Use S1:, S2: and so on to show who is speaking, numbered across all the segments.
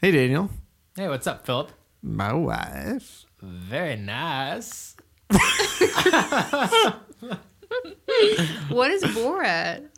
S1: Hey, Daniel.
S2: Hey, what's up, Philip?
S1: My wife.
S2: Very nice.
S3: What is Borat?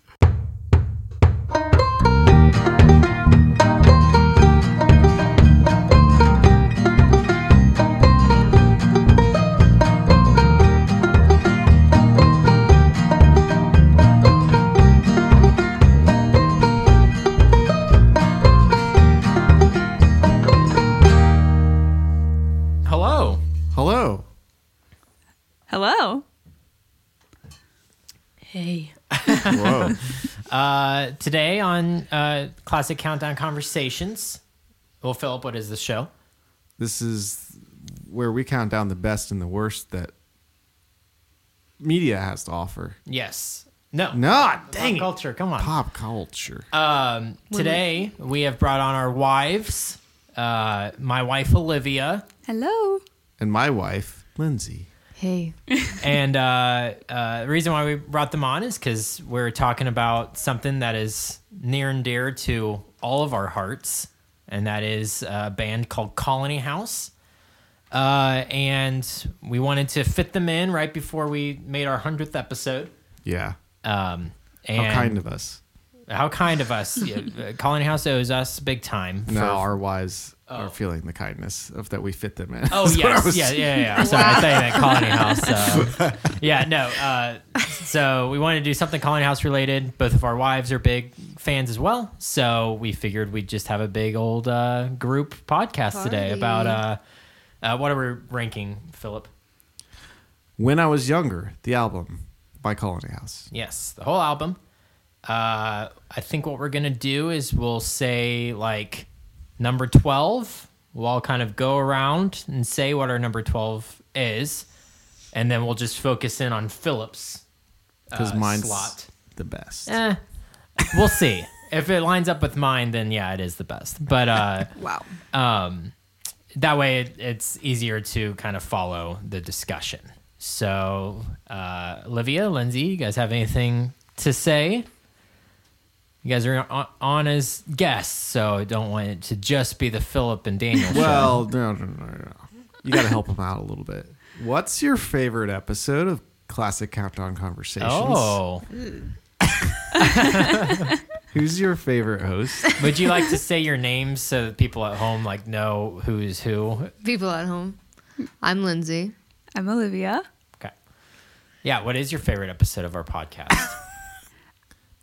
S2: Hello.
S1: Hello.
S4: Hello. Hey.
S1: Whoa.
S2: Uh, today on uh, Classic Countdown Conversations. Well, Philip, what is this show?
S1: this is where we count down the best and the worst that media has to offer.
S2: Yes. No.
S1: No,
S2: Dang
S1: dang it.
S2: culture. Come on.
S1: Pop culture.
S2: Um, today we have brought on our wives. Uh, my wife Olivia
S3: Hello.
S1: and my wife, Lindsay.
S3: Hey.
S2: and uh, uh, the reason why we brought them on is because we're talking about something that is near and dear to all of our hearts, and that is a band called Colony House. Uh, and we wanted to fit them in right before we made our hundredth episode.
S1: Yeah.
S2: Um, and
S1: How kind of us.
S2: how kind of us. Yeah, Colony House owes us big time. for-
S1: Now our wives are feeling the kindness of that we fit them in.
S2: Oh
S1: That's what I
S2: yes,
S1: was-
S2: yeah, yeah, yeah. I'm Sorry, I thought you meant Colony House. uh, yeah, no. Uh, so we wanted to do something Colony House related. Both of our wives are big fans as well, so we figured we'd just have a big old uh, group podcast today
S3: Party.
S2: about uh, uh, what are we ranking, Philip?
S1: When I was younger, the album by Colony House.
S2: Yes, the whole album. Uh, I think what we're gonna do is we'll say like number twelve. We'll all kind of go around and say what our number twelve is, and then we'll just focus in on Phillips
S1: Because
S2: uh,
S1: mine's
S2: slot.
S1: the best.
S2: Eh, we'll see if it lines up with mine. Then yeah, it is the best. But uh,
S3: Wow.
S2: um, that way it, it's easier to kind of follow the discussion. So, uh, Olivia, Lindsay, you guys have anything to say? You guys are on, on as guests, so I don't want it to just be the Philip and Daniel show.
S1: Well, no, no, no, no, no. You got to help them out a little bit. What's your favorite episode of Classic Countdown Conversations?
S2: Oh,
S1: Who's your favorite host?
S2: would you like to say your names so that people at home like know who is who?
S3: People at home. I'm Lindsay.
S4: I'm Olivia.
S2: Okay. Yeah, what is your favorite episode of our podcast?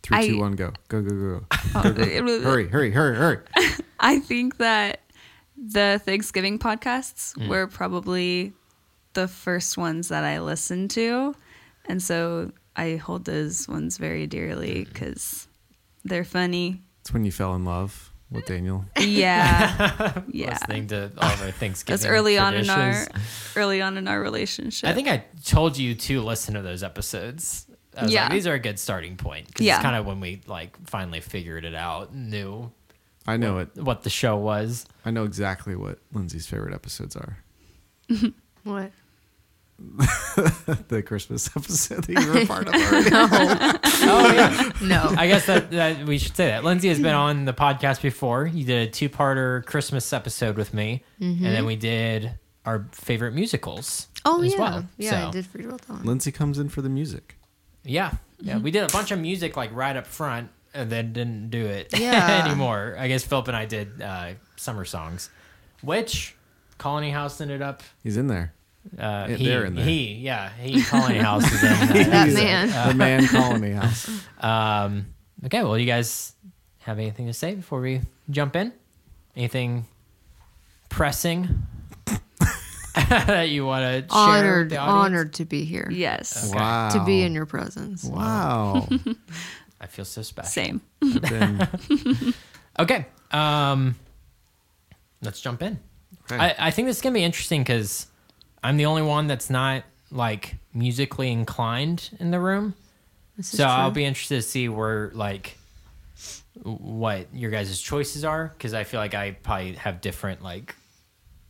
S1: Three,
S4: I-
S1: two, one, go. Go, go, go. Hurry, hurry, hurry, hurry.
S4: Oh, I think that the Thanksgiving podcasts
S2: Mm.
S4: were probably the first ones that I listened to. And so I hold those ones very dearly
S2: Mm.
S4: because they're funny.
S1: It's when you fell in love with Daniel.
S4: Yeah. yeah.
S2: Listening to all of our Thanksgiving.
S4: That's early on in our
S2: traditions.
S4: early on in our relationship.
S2: I think I told you to listen to those episodes. I was
S4: Yeah.
S2: like, these are a good starting point. 'cause
S4: Yeah.
S2: It's kind of when we like finally figured it out, knew
S1: I know it.
S2: what the show was.
S1: I know exactly what Lindsay's favorite episodes are.
S3: What?
S1: The Christmas episode that you were a part of already.
S3: Oh, No.
S2: I guess that, that we should say that. Lindsay has been on the podcast before. You did a two parter Christmas episode with me. And then we did our favorite musicals.
S3: Mm-hmm. oh
S2: as
S3: yeah.
S2: Well.
S3: Yeah,
S2: So,
S3: I did forget about that one.
S1: Lindsay comes in for the music.
S2: Yeah. Yeah.
S3: Mm-hmm.
S2: We did a bunch of music like right up front and then didn't do it
S3: Yeah.
S2: anymore. I guess Philip and I did uh, summer songs, which Colony House ended up
S1: He's in there.
S2: Uh,
S1: Yeah,
S2: he,
S1: they're in there.
S2: he, yeah, he colony house is in
S3: That
S1: He's a-
S3: man.
S1: The man colony house.
S2: that. Um, okay, well, you guys have anything to say before we jump in? Anything pressing that you want to share? with
S3: Honored,
S2: the audience?
S3: honored to be here.
S4: yes.
S1: Wow.
S3: To be in your presence.
S1: Wow.
S2: I feel so special.
S4: Same.
S1: I've been-
S2: Okay, um, let's jump in.
S1: Okay.
S2: I, I think this is gonna be interesting because I'm the only one that's not like musically inclined in the room.
S3: This
S2: So
S3: is true.
S2: I'll be interested to see where like what your guys' choices are because I feel like I probably have different like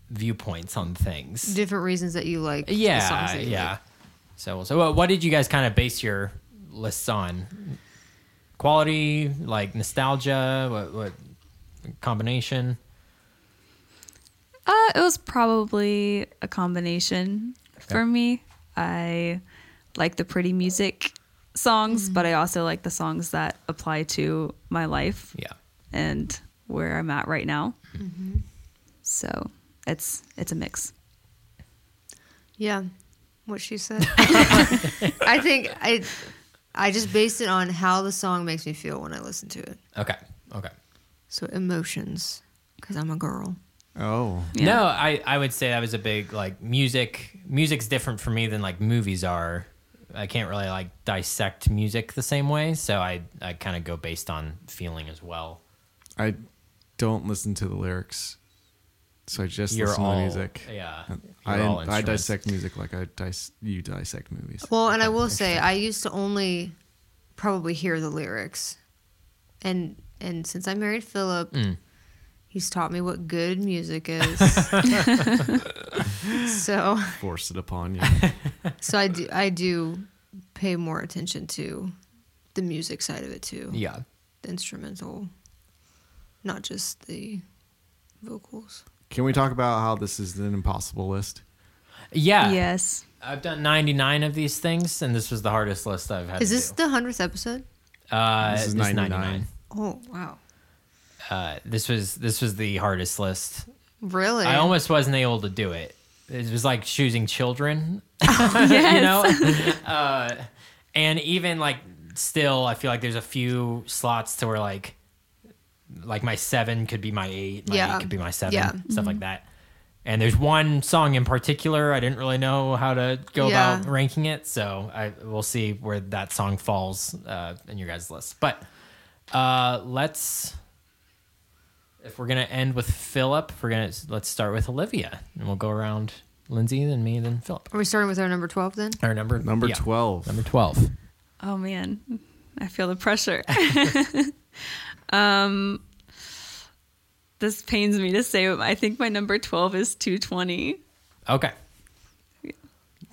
S2: viewpoints on things.
S3: different reasons that you like. the songs
S2: yeah,
S3: that you
S2: yeah.
S3: like.
S2: So we'll so what- what did you guys kind of base your lists on? Quality, like nostalgia, what what combination?
S4: Uh, it was probably a combination for me. I like the pretty music songs, but I also like the songs that apply to my life
S2: Yeah.
S4: and where I'm at right now. So it's it's a mix.
S3: Yeah, what she said. I think I, I just based it on how the song makes me feel when I listen to it.
S2: Okay. Okay.
S3: So emotions, because I'm a girl.
S1: Oh,
S2: No, I, I would say that was a big like music. Music's different for me than like movies are. I can't really like dissect music the same way, so I I kind of go based on feeling as well.
S1: I don't listen to the lyrics, so I just
S2: You're
S1: listen
S2: all
S1: to music.
S2: Yeah. you're
S1: I,
S2: all
S1: I
S2: instruments.
S1: dissect music like I dis- you dissect movies.
S3: Well, and I will say I used to only probably hear the lyrics, and and since I married Philip,
S2: Mm.
S3: he's taught me what good music is. so
S1: Force it upon you.
S3: so I do I do pay more attention to the music side of it too,
S2: Yeah.
S3: the instrumental, not just the vocals.
S1: Can we talk about how this is an impossible list?
S2: Yeah.
S4: Yes.
S2: I've done 99 of these things, and this was the hardest list I've had.
S3: Is
S2: to
S3: this
S2: do.
S3: the hundredth episode?
S2: Uh,
S1: This is 99.
S3: Oh wow,
S2: Uh, this was this was the hardest list.
S3: really?
S2: I almost wasn't able to do it. It was like choosing children,
S3: Oh,
S2: you know. uh, and even like still, I feel like there's a few slots to where like like my seven could be my eight, my
S3: Yeah.
S2: eight could be my seven,
S3: Yeah. Mm-hmm.
S2: stuff like that. And there's one song in particular I didn't really know how to go
S3: Yeah.
S2: about ranking it, so I we'll see where that song falls uh, in your guys' list. But uh, let's if we're gonna end with Philip, we're gonna let's start with Olivia, and we'll go around Lindsay, then me, then Philip.
S3: Are we starting with our number twelve then?
S2: Or number
S1: Number
S2: yeah,
S1: 12.
S2: Number twelve.
S4: Oh man, I feel the pressure. um, this pains me to say, but I think my number twelve is two twenty.
S2: Okay.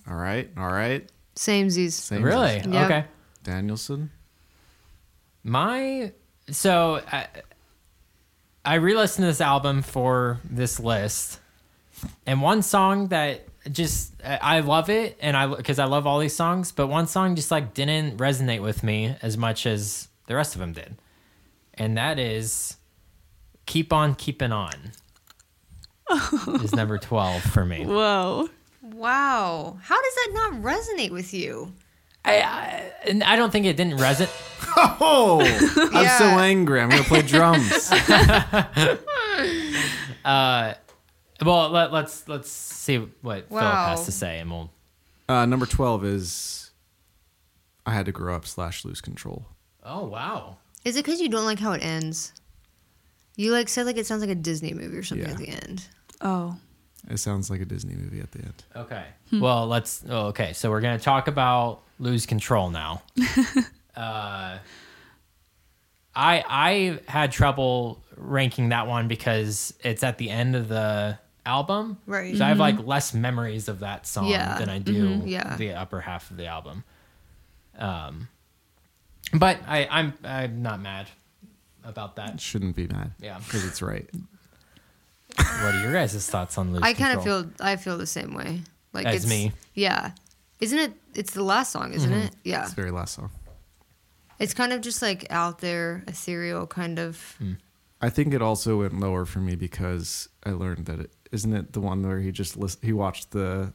S1: all right. All right.
S3: Same
S1: Same.
S2: Really?
S3: Yeah.
S2: Okay.
S1: Danielson.
S2: My so I, I re-listened to this album for this list, and one song that just I I love it, and I because I love all these songs, but one song just like didn't resonate with me as much as the rest of them did, and that is "Keep On Keeping On." is number twelve for me.
S4: Whoa.
S3: Wow. How does that not resonate with you?
S2: I, I, and I don't think it didn't resonate.
S1: Oh, I'm so
S3: Yeah.
S1: angry. I'm going to play drums.
S2: Well, let, let's let's see what Philip
S3: Wow.
S2: has to say, and we'll.
S1: Uh, number 12 is I Had to Grow Up slash Lose Control.
S2: Oh wow.
S3: Is it because you don't like how it ends? You like said like it sounds like a Disney movie or something
S1: Yeah.
S3: at the end.
S4: Oh.
S1: It sounds like a Disney movie at the end.
S2: Okay.
S3: Hmm.
S2: Well, let's. Oh, okay, so we're gonna talk about lose control now. uh, I I had trouble ranking that one because it's at the end of the album,
S3: Right. Mm-hmm.
S2: So I have like less memories of that song
S3: Yeah.
S2: than I do
S3: Mhm. Yeah.
S2: the upper half of the album. Um, but I I'm I'm not mad about that.
S1: Shouldn't be mad.
S2: Yeah.
S1: Because it's right.
S2: What are your guys' thoughts on lose?
S3: I kind of
S2: Control?
S3: feel I feel the same way. Like
S2: As
S3: it's
S2: me.
S3: Yeah. Isn't it it's the last song, isn't it? Yeah.
S1: Mm-hmm. It's the very last song.
S3: It's kind of just like out there, ethereal kind of
S1: Mm. I think it also went lower for me because I learned that it isn't it the one where he just list, he watched the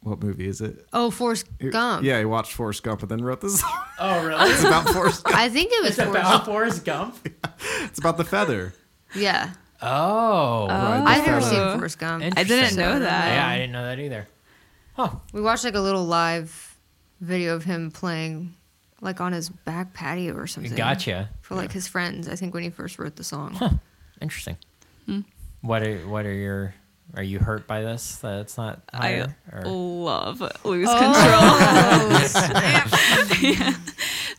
S1: what movie is it?
S3: Oh, Forrest
S1: He-
S3: Gump.
S1: Yeah, he watched Forrest Gump and then wrote this song.
S2: Oh really?
S1: It's about Forrest. Gump.
S3: I think it was
S2: it's
S3: Forrest
S2: about Forrest Gump.
S1: It's about the feather.
S3: Yeah.
S2: Oh.
S3: I've never
S4: Oh.
S3: seen Forrest Gump.
S2: Interesting.
S4: I didn't know that.
S2: Yeah, I didn't know that either. Huh.
S3: We watched like a little live video of him playing like on his back patio or something.
S2: Gotcha.
S3: For like his friends, I think when he first wrote the song.
S2: Interesting. What are what are your are you hurt by this? That it's not
S4: I
S2: higher? or-
S4: love lose
S3: Oh,
S4: control.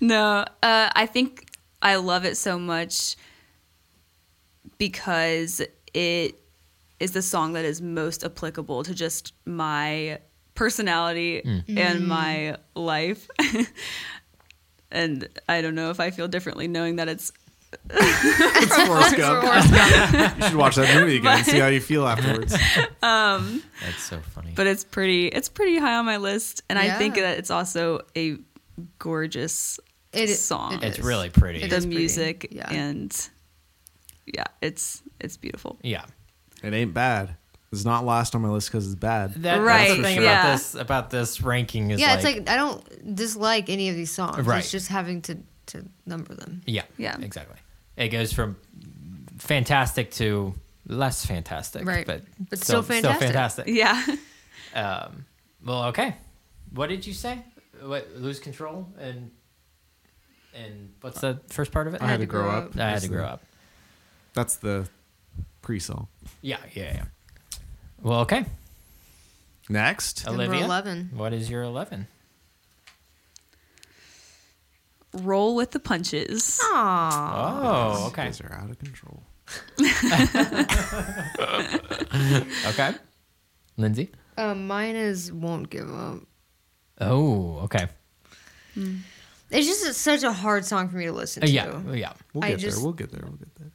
S4: No, uh, I think I love it so much because it is the song that is most applicable to just my personality
S2: Mm.
S4: and my life. and I don't know if I feel differently knowing that it's
S1: It's Forrest Gump.
S3: Forrest Gump.
S1: You should watch that movie again and see how you feel afterwards.
S2: That's so funny.
S4: but it's pretty it's pretty high on my list and i think
S3: Yeah.
S4: that it's also a gorgeous
S3: It-
S4: song
S3: it
S2: it's
S3: is.
S2: really pretty.
S3: It
S4: the
S3: is pretty,
S4: music
S3: yeah.
S4: and yeah it's it's beautiful
S2: yeah.
S1: It ain't bad. It's not last on my list because it's bad.
S2: That,
S4: Right,
S2: That's the thing
S4: yeah.
S2: about this about this ranking is like,
S3: yeah, it's like I don't dislike any of these songs.
S2: Right.
S3: It's just having to to number them.
S2: yeah,
S4: Yeah.
S2: exactly. It goes from fantastic to less fantastic,
S3: Right.
S2: But,
S3: But still
S2: Still
S3: fantastic.
S2: fantastic.
S4: yeah
S2: Um, well, okay. What did you say? What lose control and and what's the first part of it?
S1: I had to grow up.
S2: I had to grow up.
S1: That's the pre-song.
S2: Yeah, yeah, yeah. Well, okay.
S1: Next,
S2: Oh. Olivia?
S3: Number eleven.
S2: What is your eleven?
S4: roll with the punches
S3: Aww.
S2: Oh,
S1: You
S2: okay,
S1: guys are out of control.
S2: okay. Lindsay.
S3: Um, mine is won't give up.
S2: Oh, okay.
S3: It's just it's such a hard song for me to listen
S2: Uh,
S3: to.
S2: yeah, yeah.
S1: We'll
S3: I
S1: get
S3: just-
S1: there. We'll get there. We'll get there.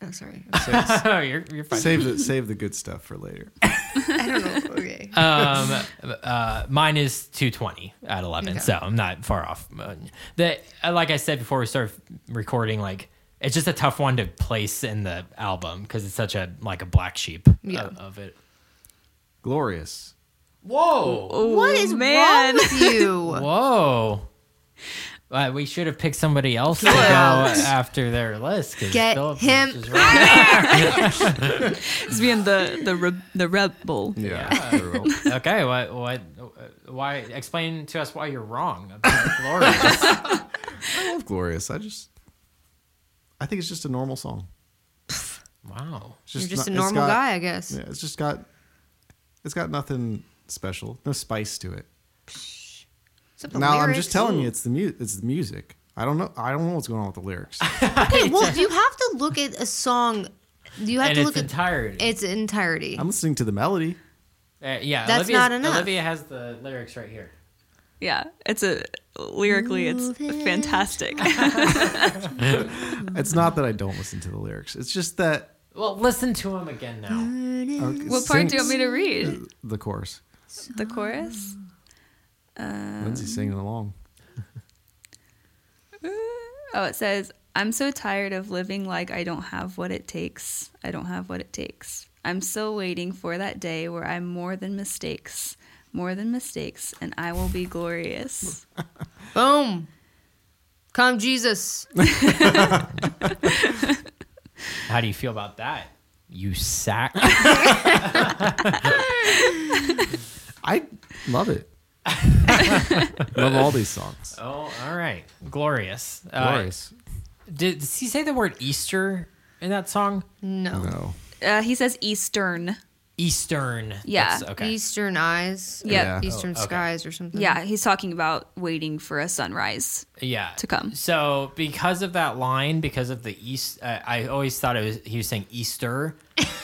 S3: Oh, sorry.
S2: oh, you're you're fine.
S1: Save the save the good stuff for later.
S3: I don't know. Okay.
S2: um, uh, mine is 220 at 11,
S3: Okay.
S2: so I'm not far off. Uh, The, uh, like I said before we started recording, like it's just a tough one to place in the album because it's such a like a black sheep o-
S3: Yeah.
S2: of, it.
S1: Glorious.
S2: Whoa,
S3: what is
S4: Oh,
S3: wrong
S4: man.
S3: with you?
S2: whoa. Uh, we should have picked somebody else to go
S3: Philip.
S2: after their list. 'cause
S3: Get
S2: Philip is
S3: him
S2: just right.
S4: it's being the the re- the rebel
S1: Yeah.
S2: okay, what, what, uh, why? Explain to us why you're wrong about Glorious.
S1: I love Glorious. I just, I think it's just a normal song.
S2: wow.
S1: It's
S3: You're just
S1: not-
S3: a
S1: it's
S3: normal
S1: got-
S3: guy, I guess.
S1: Yeah, it's just got, it's got nothing special, no spice to it.
S3: Except the
S1: Now I'm
S3: lyrics.
S1: just telling you, it's the mu- it's the music. I don't know. I don't know what's going on with the lyrics.
S3: Okay, well, you have to look at a song. You have
S2: And
S3: to
S2: its
S3: look at
S2: entirety.
S3: its entirety.
S1: I'm listening to the melody.
S2: Uh, yeah,
S3: That's
S2: Olivia's-
S3: not enough.
S2: Olivia has the lyrics right here.
S4: yeah it's a lyrically it's
S3: Moving.
S4: fantastic
S1: It's not that I don't listen to the lyrics. It's just that
S2: Well, listen to him again now.
S1: okay,
S4: what part
S1: sing-
S4: do you want me to read
S1: The chorus.
S4: the chorus
S3: Uh.
S1: Lindsay's singing along.
S4: oh it says i'm so tired of living like i don't have what it takes i don't have what it takes i'm still waiting for that day where i'm more than mistakes more than mistakes and i will be glorious
S3: Boom. Come Jesus.
S2: How do you feel about that? You sack.
S1: I love it. love all these songs.
S2: oh, all right. Glorious. Uh,
S1: Glorious.
S2: Did, does he say the word Easter in that song?
S3: No.
S1: no.
S4: uh, he says eastern
S2: Eastern.
S4: Yeah.
S2: That's- okay.
S3: Eastern eyes. or
S4: Yeah.
S1: Yeah.
S3: Eastern
S2: Oh, okay.
S3: skies or something.
S4: yeah he's talking about waiting for a sunrise
S2: yeah.
S4: to come.
S2: So because of that line, because of the East, uh, I always thought it was he was saying Easter.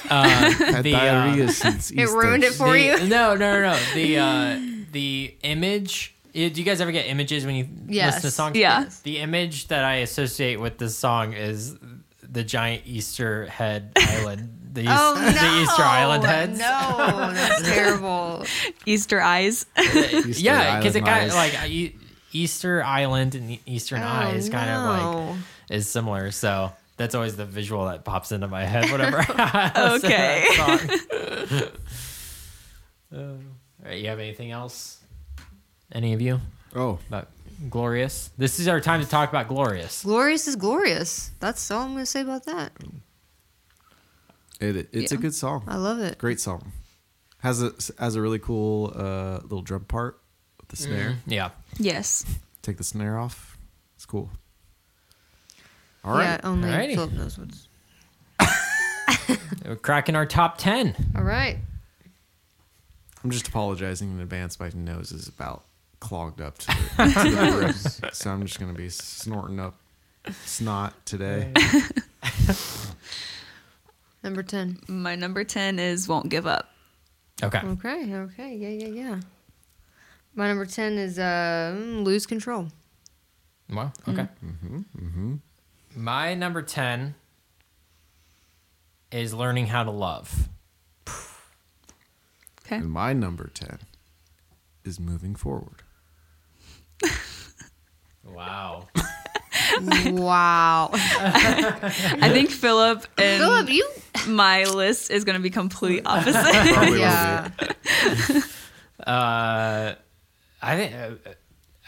S1: Had
S2: The, um,
S1: diarrhea since
S3: It ruined it for
S2: The-
S3: you.
S2: No, no, no, no. The uh, the image. eh, Do you guys ever get images when you listen to
S3: Yes.
S2: songs?
S4: Yeah.
S2: The image that I associate with this song is the giant Easter head island. The, Eas-
S3: Oh no.
S2: the Easter Island heads.
S3: No, that's terrible.
S4: easter eyes
S1: Easter
S2: yeah, because it
S1: Island
S2: got
S1: eyes.
S2: like I- Easter Island and Eastern Eyes kind of like
S3: Oh, no.
S2: is similar. So that's always the visual that pops into my head whenever. I listen to
S4: okay
S2: that song. Um, all right, you have anything else? Any of you?
S1: oh,
S2: about glorious. This is our time to talk about glorious.
S3: Glorious is glorious. That's all I'm gonna say about that.
S1: it, it's a
S4: Yeah.
S1: good song.
S3: I love it.
S1: Great song. Has a has a really cool uh, little drum part with the snare.
S2: Yeah.
S4: yes
S2: Mm.
S1: Take the snare off. It's cool. All right.
S3: Yeah,
S2: um
S3: only
S2: Alrighty.
S3: Philip knows what's.
S2: We're cracking our top 10.
S3: All right.
S1: I'm just apologizing in advance. My nose is about clogged up to the, to the brim, so I'm just gonna be snorting up snot today.
S3: Number ten.
S4: my number 10 is won't give up
S2: Okay.
S3: Okay. Okay. Yeah. Yeah. Yeah. My number ten is uh, mm, lose control.
S2: Well, okay. My number 10 is learning how to love.
S4: Okay.
S1: And my number 10 is moving forward.
S2: Wow.
S3: Wow.
S4: I think Philip and
S3: Philip, you.
S4: my list is going to be complete opposite.
S1: Probably will be.
S3: Yeah.
S2: uh, I think uh,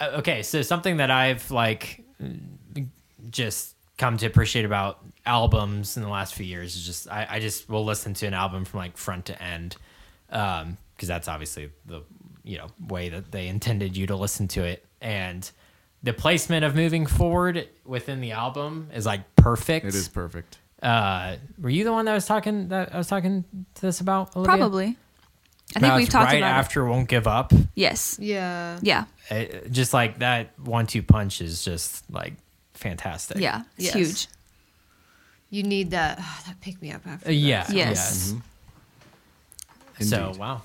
S2: uh, okay. So something that I've like just come to appreciate about albums in the last few years is just I, I just will listen to an album from like front to end because that's obviously the you know way that they intended you to listen to it and the placement of moving forward within the album is like perfect.
S1: It is perfect.
S2: Uh, were you the one that was talking that I was talking to this about? Olivia?
S4: Probably. I think we've
S2: It's
S4: talked
S2: right
S4: about
S2: after "Won't Give Up."
S4: it. Yes.
S3: Yeah.
S4: Yeah.
S2: it- Eh, just like that one two punch is just like fantastic.
S4: Yeah. It's
S3: Yes.
S4: huge.
S3: You need that. that pick me up after.
S2: Uh, yeah.
S4: Yes.
S2: Yes. Mm-hmm. So
S1: Indeed.
S2: wow.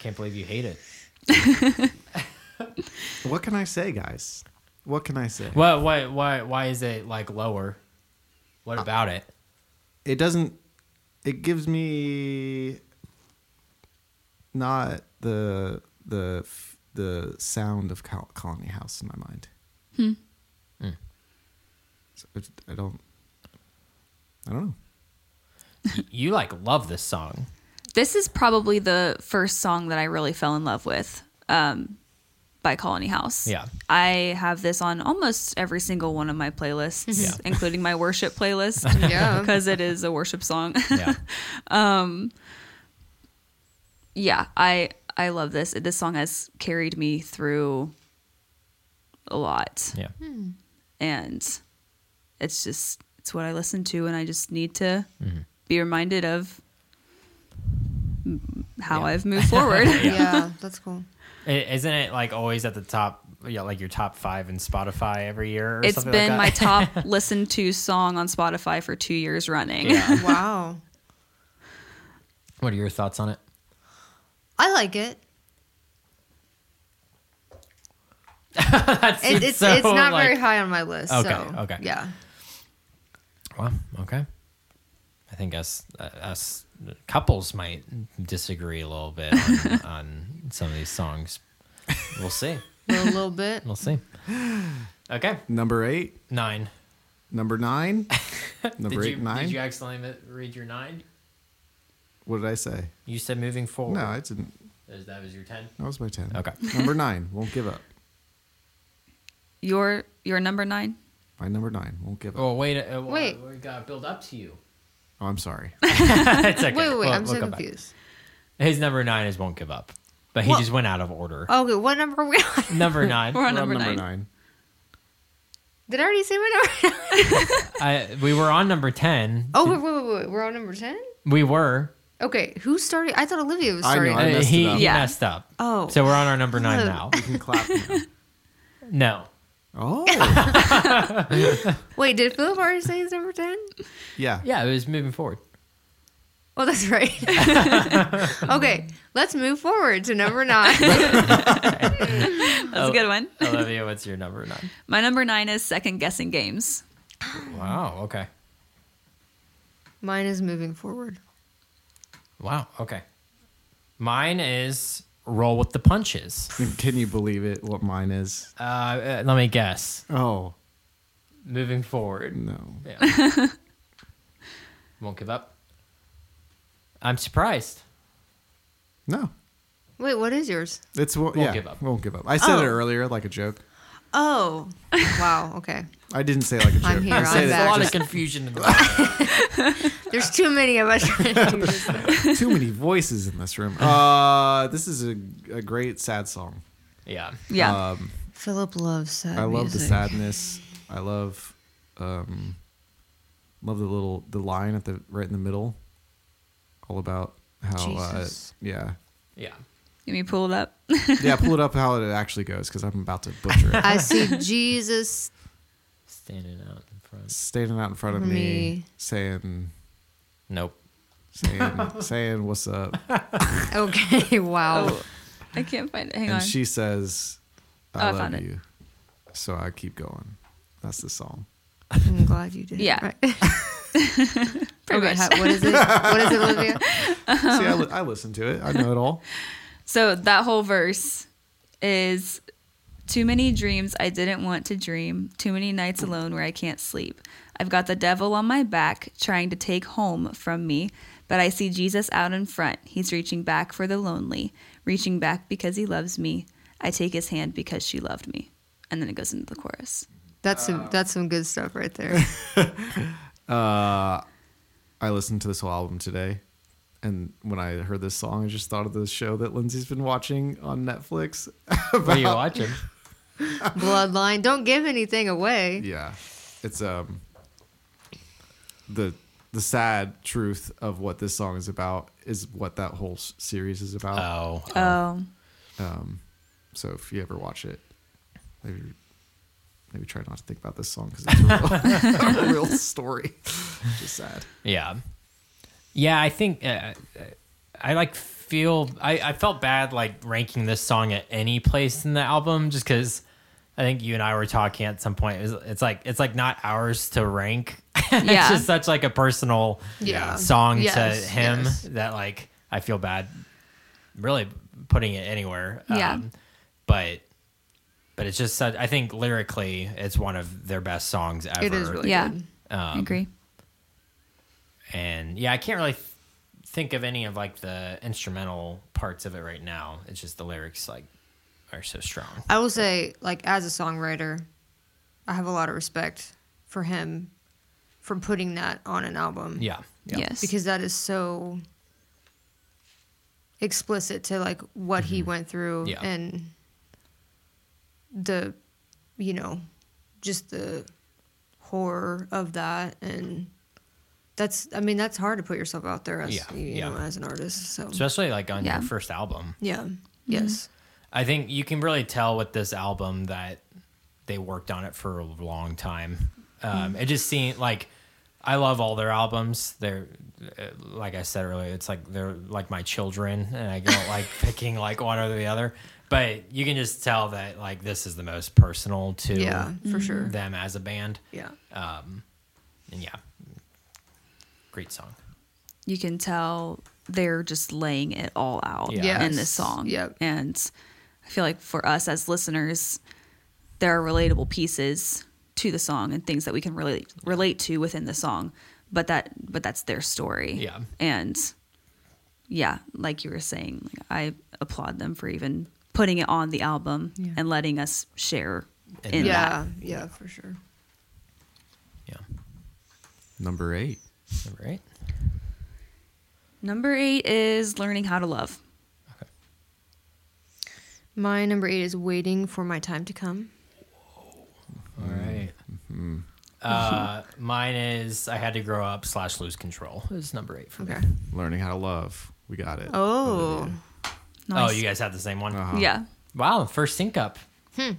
S2: Can't believe you hate it.
S1: What can I say, guys? What can I say?
S2: Why why why why is it like lower? What
S4: Uh.
S2: about it?
S1: it doesn't it gives me not the the f- the sound of Col- colony house in my mind
S2: Hmm.
S1: so it's, i don't i don't know
S2: Y- you like love this song.
S4: This is probably the first song that I really fell in love with um, by Colony House.
S2: Yeah.
S4: I have this on almost every single one of my playlists,
S2: Yeah.
S4: including my worship playlist.
S3: Yeah.
S4: Because it is a worship song.
S2: Yeah.
S4: yeah, I I love this. This song has carried me through a lot.
S2: yeah.
S4: and it's just it's what I listen to, and I just need to
S2: Mm-hmm.
S4: be reminded of m- how
S2: Yeah.
S4: I've moved forward.
S3: Yeah. That's cool.
S2: I- Isn't it like always at the top? Yeah, like your top five in Spotify every year. Or
S4: it's
S2: something
S4: been my
S2: like that?
S4: top listened to song on Spotify for two years running.
S2: Yeah.
S3: Wow.
S2: What are your thoughts on it?
S3: I like it.
S2: That
S3: it
S2: seems
S3: it's,
S2: so,
S3: it's not
S2: like-
S3: very high on my list.
S2: Okay,
S3: So,
S2: okay.
S3: Yeah.
S2: Well, okay. I think us uh, us couples might disagree a little bit on, on some of these songs. We'll see.
S3: A little, little bit.
S2: We'll see. Okay,
S1: number eight
S2: nine.
S1: number nine number
S2: did
S1: eight
S2: you
S1: nine
S2: did you accidentally mi- read your nine?
S1: what did i say
S2: You said moving forward.
S1: no i didn't
S2: Is- that was your ten.
S1: that was my 10
S2: Okay.
S1: number nine won't give up
S4: Your your number nine.
S1: my number nine won't give up
S2: Well, wait. Uh, well,
S3: Wait.
S2: We gotta build up to you.
S1: oh i'm sorry
S2: it's okay.
S3: Wait, wait, wait.
S2: We'll-
S3: I'm
S2: we'll
S3: so
S2: go back.
S3: confused.
S2: His number nine is won't give up, but he
S3: Well-
S2: just went out of order.
S3: Oh, Okay, what number are we on?
S2: Number nine.
S4: We're on
S1: We're
S4: number,
S1: on
S4: nine.
S3: Did I already say my number?
S2: I, we were on number ten.
S3: oh, wait, wait, wait, wait. We're on number 10?
S2: We were.
S3: Okay, who started? I thought Olivia was
S1: I know,
S3: starting.
S1: I-
S2: Uh,
S1: messed
S2: he
S1: it up.
S2: he
S4: Yeah.
S2: messed up.
S3: Oh.
S2: So we're on our number nine
S3: Look.
S2: now.
S1: you can clap now.
S2: No.
S1: oh
S3: Wait, did Philip already say he's number 10?
S1: yeah
S2: Yeah, it was moving forward.
S3: Oh, that's right. okay, let's move forward to number nine.
S4: That's
S2: Oh,
S4: a good one.
S2: Olivia, what's your number nine?
S4: My number nine is second guessing games.
S2: Wow. Okay.
S3: Mine is moving forward.
S2: Wow. Okay. Mine is roll with the punches.
S1: Can you believe it? What mine is?
S2: Uh, uh, let me guess.
S1: Oh
S2: Moving forward.
S1: no!
S2: Yeah. Won't give up. I'm surprised.
S1: No,
S3: Wait, what is yours?
S1: it's won't yeah,
S2: give up.
S1: Won't give up. I said it
S3: Oh.
S1: earlier, like a joke.
S3: Oh, wow. Okay,
S1: I didn't say it like a joke.
S3: I'm here,
S1: I
S3: I'm
S1: said
S2: There's a lot
S1: it
S2: of confusion in the
S3: there's too many of us. trying to do this.
S1: just- too many voices in this room. Uh, this is a, a great sad song.
S2: Yeah.
S4: Yeah.
S2: Uh,
S1: Um,
S3: Philip loves sad
S1: I love the
S3: music.
S1: sadness. I love, um, love the little the line at the right in the middle, all about how uh,
S3: Jesus.
S1: yeah
S2: Yeah.
S4: Let me pull it up.
S1: yeah. Pull it up how it actually goes because I'm about to butcher it.
S3: I see Jesus.
S2: Standing out in front.
S1: Standing out in front of me
S3: Me.
S1: saying.
S2: Nope.
S1: saying, saying what's up.
S3: Okay, wow.
S4: Oh, I can't find it. Hang
S1: and
S4: on.
S1: she says,
S4: Oh, I
S1: I
S4: found
S1: love
S4: it.
S1: you. So I keep going. That's the song.
S3: I'm glad you did. it
S4: Yeah.
S3: right.
S4: Pretty
S3: Okay,
S4: much.
S3: how- what is it? What is it, Olivia?
S1: See, I, li- I listen to it. I know it all.
S4: So that whole verse is too many dreams I didn't want to dream, too many nights alone where I can't sleep. I've got the devil on my back trying to take home from me, but I see Jesus out in front. He's reaching back for the lonely, reaching back because he loves me. I take his hand because she loved me. And then it goes into the chorus.
S3: That's some that's some good stuff right there.
S1: Uh, I listened to this whole album today, and when I heard this song, I just thought of the show that Lindsay's been watching on Netflix.
S2: What are you watching?
S3: Bloodline. Don't give anything away.
S1: yeah, it's um the the sad truth of what this song is about is what that whole s- series is about.
S2: Oh,
S4: Oh,
S1: So if you ever watch it, maybe maybe try not to think about this song because it's a real, a real story. Just sad.
S2: yeah, yeah. I think uh, I like feel I, I felt bad like ranking this song at any place in the album just because I think you and I were talking at some point. It was, it's like it's like not ours to rank. it's
S4: Yeah.
S2: just such like a personal
S3: Yeah.
S2: song
S3: Yes,
S2: to him
S3: yes.
S2: that like I feel bad really putting it anywhere. Um,
S4: Yeah.
S2: but but it's just such, I think lyrically it's one of their best songs ever.
S3: It is really
S4: yeah.
S3: good. Um,
S4: I agree.
S2: and yeah, I can't really th- think of any of like the instrumental parts of it right now. It's just the lyrics like are so strong.
S3: I will say, like as a songwriter, I have a lot of respect for him for putting that on an album.
S2: Yeah.
S4: Yes.
S3: because that is so explicit to like what he went through
S2: Mm-hmm. Yeah.
S3: and the you know just the horror of that and that's i mean that's hard to put yourself out there as
S2: Yeah,
S3: you, you know
S2: yeah.
S3: as an artist so
S2: Especially like on
S4: Yeah.
S2: your first album.
S3: yeah yes
S2: I think you can really tell with this album that they worked on it for a long time. Um, It just seemed like I love all their albums. They're uh, like I said earlier, it's like they're like my children, and I don't like picking like one over the other. But you can just tell that like this is the most personal to
S3: yeah for sure
S2: them as a band,
S3: yeah
S2: Um, and yeah, great song.
S4: you can tell they're just laying it all out
S2: Yeah. Yes.
S4: in this song.
S3: Yep.
S4: And I feel like for us as listeners, there are relatable pieces to the song and things that we can relate relate to within the song. But that but that's their story.
S2: Yeah.
S4: And yeah, like you were saying, like I applaud them for even putting it on the album and letting us share
S2: And-
S4: in that.
S3: yeah yeah for sure
S2: Yeah,
S1: Number eight.
S2: All right.
S4: Number eight is learning how to love.
S3: my number eight is waiting for my time to come
S2: All right. Uh, mine is I had to grow up slash lose control is number eight for me.
S3: okay
S1: Learning how to love. We got it.
S3: oh
S1: Olivia.
S4: Nice.
S2: Oh, you guys have the same one.
S1: Uh-huh.
S4: Yeah.
S2: Wow, first sync up. Hmm.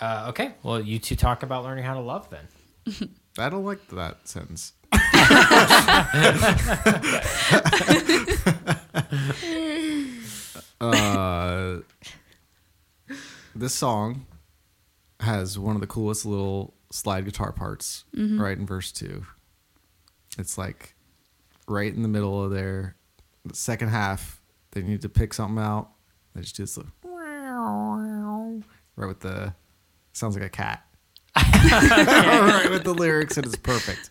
S2: Uh, okay, well, you two talk about learning how to love then.
S1: I don't like that sentence. uh, this song has one of the coolest little slide guitar parts right in verse two. It's like right in the middle of their the second half. They need to pick something out. They just do this little right with the sounds like a cat. right with the lyrics and it's perfect.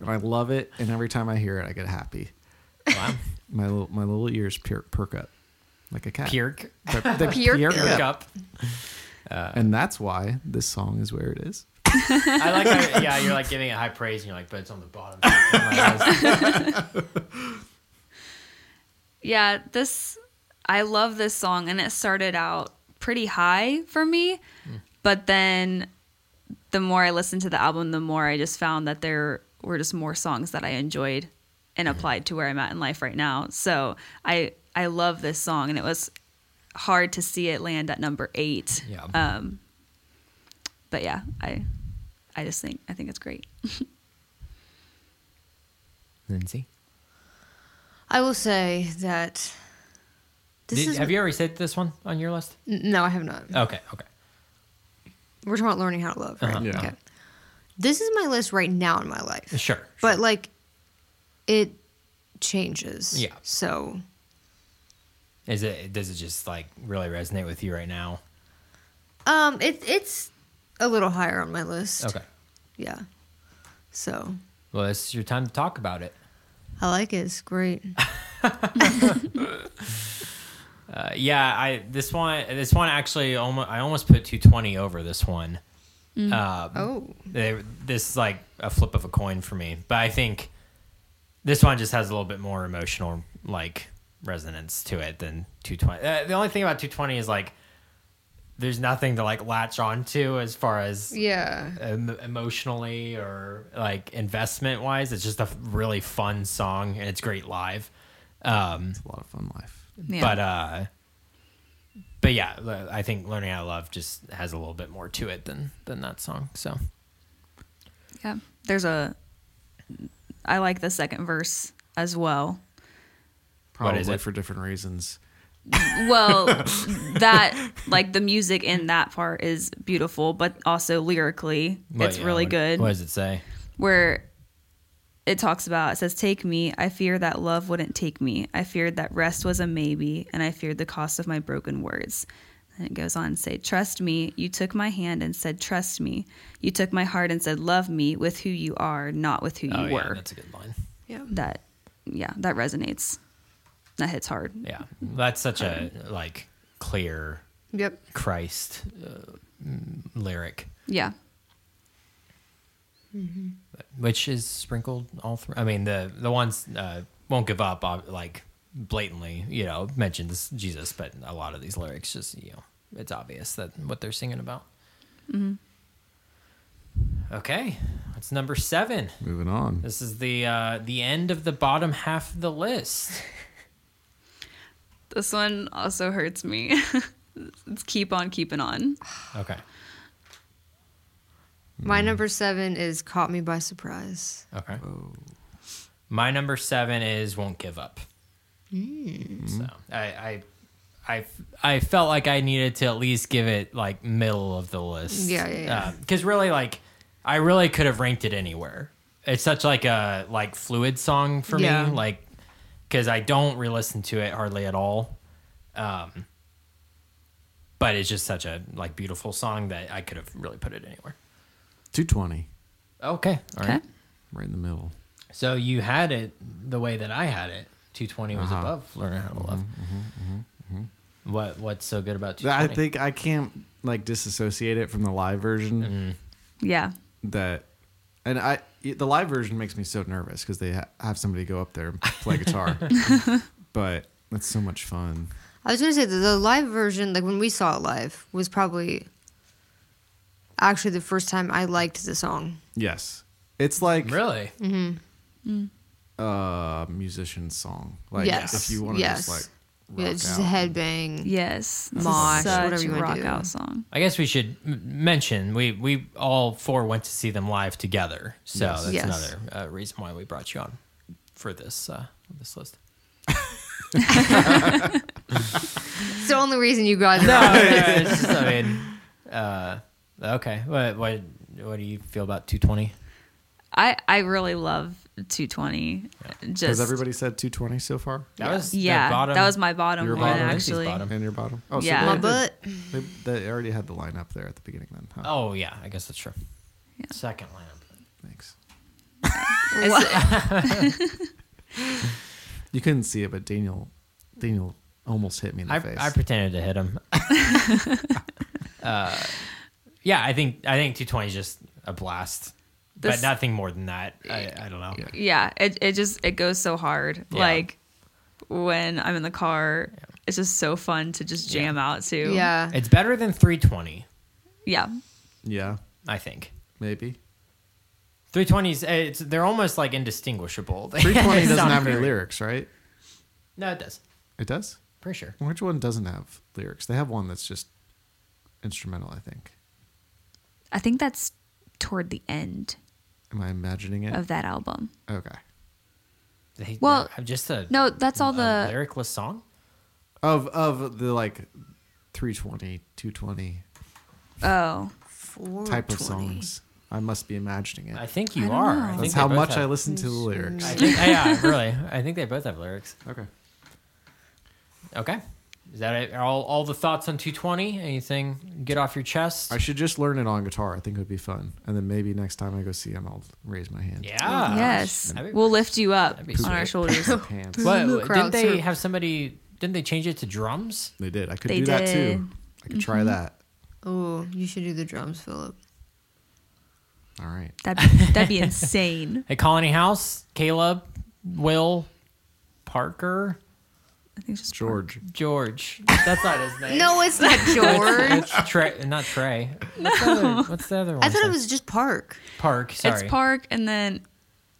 S1: And I love it. And every time I hear it, I get happy.
S2: Wow.
S1: My little my little ears per- perk up like a cat.
S2: Pierk.
S1: They- they
S3: Pierk
S2: Pierk
S1: up.
S2: up.
S1: And that's why this song is where it is.
S2: I like how, yeah, you're like giving it high praise and you're like, but it's on the bottom. Like,
S4: Yeah, this I love this song and it started out pretty high for me, but then the more I listened to the album, the more I just found that there were just more songs that I enjoyed and applied to where I'm at in life right now. So, I I love this song and it was hard to see it land at number 8.
S2: yeah.
S3: Uh,
S4: Um but yeah, I I just think I think it's great.
S2: Lindsay.
S3: I will say that this
S2: Did,
S3: is
S2: have you Oh. already said this one on your list?
S3: N- no, I have not.
S2: Okay, okay.
S3: We're talking about learning how to love, right?
S1: Uh-huh. Yeah.
S3: Okay. this is my list right now in my life.
S2: Sure.
S3: But like it changes.
S2: Yeah.
S3: So
S2: Is it does it just like really resonate with you right now?
S3: um it it's a little higher on my list.
S2: Okay.
S3: Yeah. So
S2: Well, it's your time to talk about it.
S3: I like it. It's great.
S2: Uh, yeah, I this one this one actually almost I almost put 220 over this one. Um,
S3: Oh.
S2: they, this is like a flip of a coin for me, but I think this one just has a little bit more emotional like resonance to it than 220. Uh, the only thing about 220 is like there's nothing to like latch onto as far as
S3: Yeah.
S2: em- emotionally or like investment wise. It's just a f- really fun song and it's great live. Um,
S1: It's a lot of fun life.
S4: Yeah.
S2: but uh, but yeah, le- I think learning how to love just has a little bit more to it than than that song. So
S4: Yeah. There's a I like the second verse as well.
S2: What
S1: Probably
S2: is it?
S1: for different reasons.
S4: Well, that like the music in that part is beautiful, but also lyrically
S2: but
S4: it's
S2: yeah,
S4: really
S2: what-
S4: good.
S2: What does it say?
S4: Where it talks about it says take me, I fear that love wouldn't take me. I feared that rest was a maybe and I feared the cost of my broken words. And it goes on to say, Trust me, you took my hand and said, Trust me. You took my heart and said, Love me with who you are, not with who you
S2: oh yeah,
S4: were.
S2: that's a good line.
S3: Yeah.
S4: that yeah that resonates that hits hard
S2: Yeah, that's such a like clear
S3: Yep.
S2: Christ uh, m- lyric,
S4: yeah
S2: which is sprinkled all through. I mean, the the ones uh, won't give up, ob- like blatantly, you know, mentions Jesus, but a lot of these lyrics just you know, it's obvious that what they're singing about. Okay, that's number seven.
S1: Moving on.
S2: This is the uh, the end of the bottom half of the list.
S4: this one also hurts me it's keep on keeping on
S2: Okay, Hmm.
S3: My number seven is Caught Me by Surprise.
S2: okay. My number seven is won't give up.
S3: Mm.
S2: So I, I, I, I felt like I needed to at least give it like middle of the list.
S3: Yeah, yeah, yeah.
S2: Because really, like, I really could have ranked it anywhere. It's such like a like fluid song for
S3: Yeah.
S2: me, like because I don't re-listen to it hardly at all. Um, but it's just such a like beautiful song that I could have really put it anywhere.
S1: Two twenty,
S2: Okay, all right.
S4: okay
S1: right in the middle.
S2: So you had it the way that I had it. 220 was
S1: Uh-huh. mm-hmm,
S2: above learning how to love. What what's so good about
S1: I
S2: 220?
S1: think I can't like disassociate it from the live version.
S2: Mm-hmm.
S4: yeah
S1: That, and I the live version makes me so nervous because they ha- have somebody go up there and play guitar, but that's so much fun.
S3: I was gonna say the, the live version, like when we saw it live, was probably actually the first time I liked the song.
S1: Yes, it's like
S2: really
S4: Mm-hmm.
S1: a musician song. Like
S3: Yes.
S1: if you want to
S3: Yes.
S1: just like
S3: Yeah,
S1: rock
S3: it's just
S1: out.
S3: a headbang.
S4: yes This is
S3: Mosh,
S4: such
S3: whatever you wanna
S4: rock
S3: do.
S4: out song
S2: I guess we should m- mention we we all four went to see them live together. So
S1: Yes.
S2: that's
S3: Yes.
S2: another uh, reason why we brought you on for this uh, this list.
S3: It's the only reason you guys.
S2: No,
S3: Are
S2: no, it's just, I mean uh, okay. What what what do you feel about 220?
S4: i i really love 220
S1: Has
S4: just
S1: everybody said two twenty so far?
S2: That was the
S4: yeah
S2: bottom-
S4: that was my bottom
S1: Your
S4: one
S1: bottom, Lucy's
S4: actually
S2: bottom.
S1: And your bottom. Oh,
S4: Yeah.
S1: they
S3: My
S1: did-
S3: butt.
S1: They, they already had the line up there at the beginning, then. Huh?
S2: Oh yeah, I guess that's true. Second lineup.
S1: Thanks.
S4: It's-
S1: You couldn't see it, but Daniel, Daniel almost hit me in the
S2: I,
S1: face.
S2: I pretended to hit him. uh, yeah, I think I think 220 is just a blast,
S4: This-
S2: but nothing more than that. I, I don't know.
S1: Yeah.
S4: yeah it, it just it goes so hard
S2: Yeah.
S4: like when i'm in the car it's just so fun to just jam out to
S3: Yeah.
S2: It's better than 320,
S4: yeah
S1: yeah,
S2: I think.
S1: maybe.
S2: 320s, uh, it's they're almost like indistinguishable. They
S1: Three twenty doesn't
S2: sound
S1: have any
S2: very-
S1: lyrics, right?
S2: No, it does.
S1: It does.
S2: Pretty sure.
S1: Which one doesn't have lyrics? They have one that's just instrumental. I think.
S4: i think that's toward the end
S1: Am I imagining it?
S4: of that album.
S1: Okay.
S2: They
S4: Well,
S2: have just a
S4: No, that's all
S2: a
S4: the
S2: lyricless song.
S1: Of of the like, 320, 220
S4: oh
S1: type of songs. I must be imagining it.
S2: I think you
S4: don't
S2: are.
S4: know.
S2: I think
S1: That's
S2: they
S1: how
S2: both
S1: much I
S2: have-
S1: listen to the lyrics.
S2: I think, yeah, really. I think they both have lyrics.
S1: Okay.
S2: Okay. Is that it? Are All, all the thoughts on 220? Anything get off your chest?
S1: I should just learn it on guitar. I think it would be fun. And then maybe next time I go see him, I'll raise my hand.
S2: yeah.
S4: yes,
S2: That'd be-
S4: we'll lift you up
S2: that'd
S4: on
S2: be
S4: our
S2: sweet.
S4: shoulders.
S1: My pants.
S2: What,
S3: Zulu
S2: didn't
S3: crowds
S2: they
S3: are-
S2: have somebody? Didn't they change it to drums?
S1: They did. I could
S4: They
S1: do that
S4: did. Mm-hmm.
S1: too. I could try that.
S3: Oh, you should do the drums, Philip.
S1: All right.
S4: that'd, be, that'd be insane.
S2: Hey, Colony House, Caleb, Will, Parker,
S4: I think it's just
S1: George.
S2: George. That's not his name.
S3: No, it's not George.
S2: It's Trey, not Trey. What's the other, what's the other one?
S3: I thought it was just Park.
S2: Park. Sorry.
S4: It's Park, and then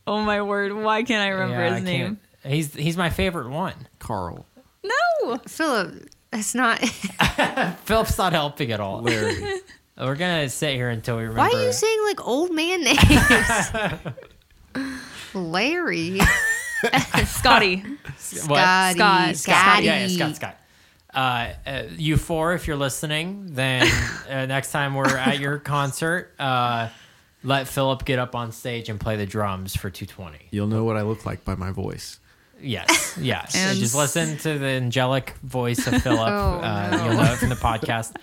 S4: oh my word, why can't I remember
S2: Yeah, I
S4: his name?
S2: can't- He's he's my favorite one.
S1: Carl.
S4: No,
S3: Philip, that's not.
S2: Philip's not helping at all.
S1: Larry.
S2: We're gonna sit here until we remember.
S3: Why are you saying like old man names? Larry,
S4: Scotty.
S2: What?
S3: Scotty,
S4: Scott, Scotty.
S2: Yeah, yeah, Scott, Scott. Uh, uh, you four, if you're listening, then uh, next time we're at your concert, uh, let Philip get up on stage and play the drums for 220.
S1: You'll know what I look like by my voice.
S2: Yes, yes.
S4: And-
S2: Just listen to the angelic voice of Philip.
S3: Oh,
S2: uh,
S3: no.
S2: You'll know it from the podcast,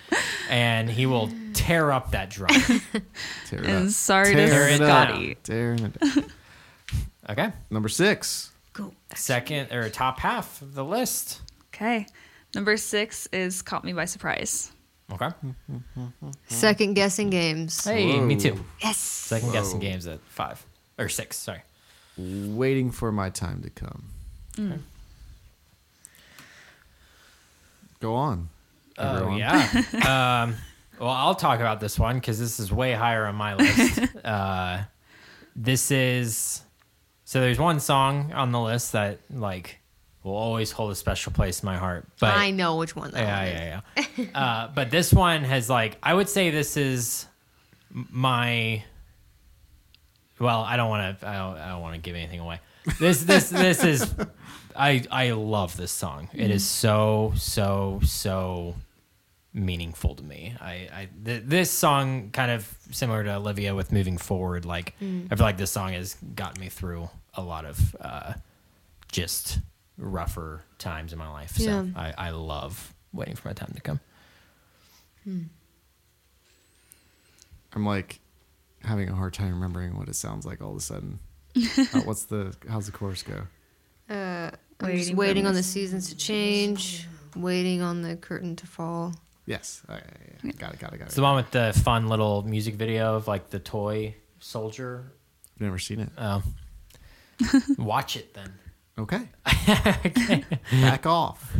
S2: and he will tear up that drum.
S1: Tear it
S4: and
S1: up.
S4: sorry
S1: Tear
S4: to
S1: it up.
S4: Scotty.
S1: Tearing it up.
S2: Okay,
S1: Number six.
S3: go.
S2: second or top half of the list.
S4: Okay, number six is "Caught Me by Surprise."
S2: Okay.
S3: Second guessing games.
S2: Hey, me too.
S3: Yes.
S2: Second guessing
S1: Whoa.
S2: games at five or six. Sorry.
S1: Waiting for my time to come.
S4: Mm.
S1: Go on.
S2: Oh
S1: everyone.
S2: yeah. um, well, I'll talk about this one because this is way higher on my list. uh, this is so. There's one song on the list that like will always hold a special place in my heart. But
S3: I know which one that one is.
S2: yeah, yeah, yeah. uh, but this one has like I would say this is m- my. Well, I don't want to. I don't, I don't want to give anything away. This this this is. I I love this song. It is so so so meaningful to me. I, I th- this song kind of similar to Olivia with moving forward. Like I feel like this song has gotten me through a lot of uh, just rougher times in my life.
S3: Yeah.
S2: So I, I love waiting for my time to come.
S1: I'm like having a hard time remembering what it sounds like all of a sudden. Uh, what's the how's the chorus go?
S3: I'm
S4: Waiting
S3: just
S4: for
S3: waiting on
S4: the
S3: the seasons to change, waiting on the curtain to fall.
S1: Yes. Oh, I, I, I got it, got it, got
S2: It's
S1: it.
S2: the one with the fun little music video of like the toy soldier.
S1: I've never seen it.
S2: Oh. Watch it then.
S1: Okay. Back off.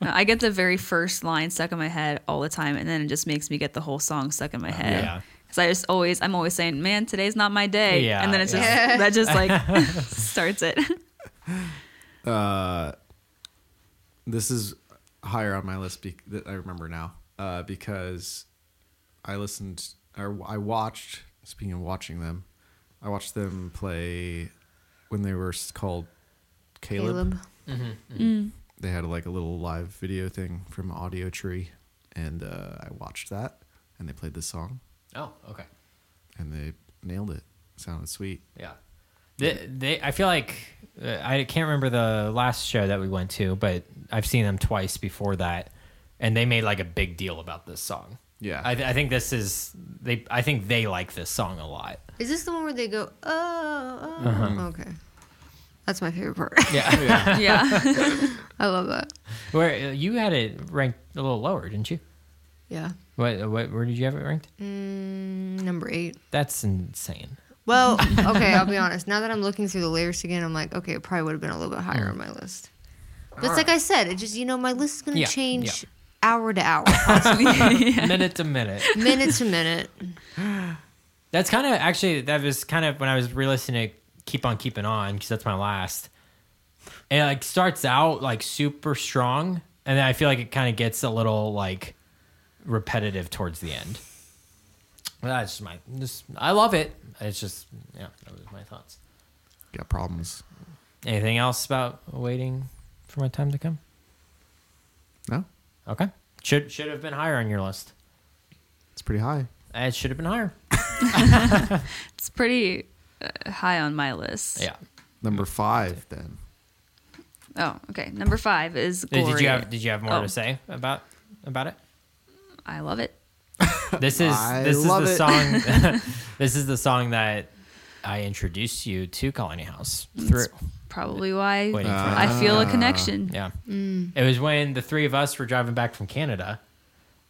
S4: No, I get the very first line stuck in my head all the time, and then it just makes me get the whole song stuck in my
S1: Uh,
S4: head.
S2: yeah.
S4: Cause I just always, I'm always saying, "Man, today's not my day,"
S2: Yeah,
S4: and then it's just
S3: yeah.
S4: that just like starts it.
S1: This is higher on my list be- that I remember now uh, because I listened or I watched. Speaking of watching them, I watched them play when they were s- called Caleb.
S3: Caleb.
S1: They had like a little live video thing from Audio Tree, and uh, I watched that, and they played this song,
S2: Oh, okay.
S1: and they nailed it. Sounded sweet.
S2: Yeah. They, they, I feel like uh, I can't remember the last show that we went to, but I've seen them twice before that, and they made like a big deal about this song.
S1: Yeah.
S2: I, th- I think this is they. I think they like this song a lot.
S3: Is this the one where they go, oh, oh. okay. That's my favorite part.
S2: Uh-huh. Yeah,
S4: yeah,
S3: I love that.
S2: where uh, you had it ranked a little lower, didn't you?
S3: Yeah.
S2: What, what where did you have it ranked?
S3: Mm, number eight.
S2: That's insane.
S3: Well, okay, I'll be honest. Now that I'm looking through the lyrics again, I'm like, okay, it probably would have been a little bit higher on my list. But it's like I said, it just, you know, my list is going to
S2: Mm. Yeah,
S3: change
S2: yeah.
S3: hour to hour,
S2: Minute to minute.
S3: minute to minute.
S2: That's kind of actually that was kind of when I was re-listening to "Keep on Keeping On" because that's my last. And it like starts out like super strong, and then I feel like it kind of gets a little like repetitive towards the end. Well, That's just my just I love it. It's just yeah, that was my thoughts.
S1: Got problems.
S2: Anything else about waiting for my time to come?
S1: No,
S2: Okay, should should have been higher on your list.
S1: it's pretty high.
S2: It should have been higher.
S4: It's pretty uh, high on my list.
S2: Yeah.
S1: Number five, then.
S4: Oh, okay. Number five is
S2: Did,
S4: Glory.
S2: you have Did you have more
S4: Oh.
S2: to say about about it?
S4: I love it.
S2: This is
S1: I
S2: this is the
S1: love it.
S2: song. this is the song that I introduced you to Colony House through.
S4: Probably why
S2: Waiting for
S4: I feel
S1: Ah.
S4: a connection.
S2: Yeah.
S3: Mm.
S2: It was when the three of us were driving back from Canada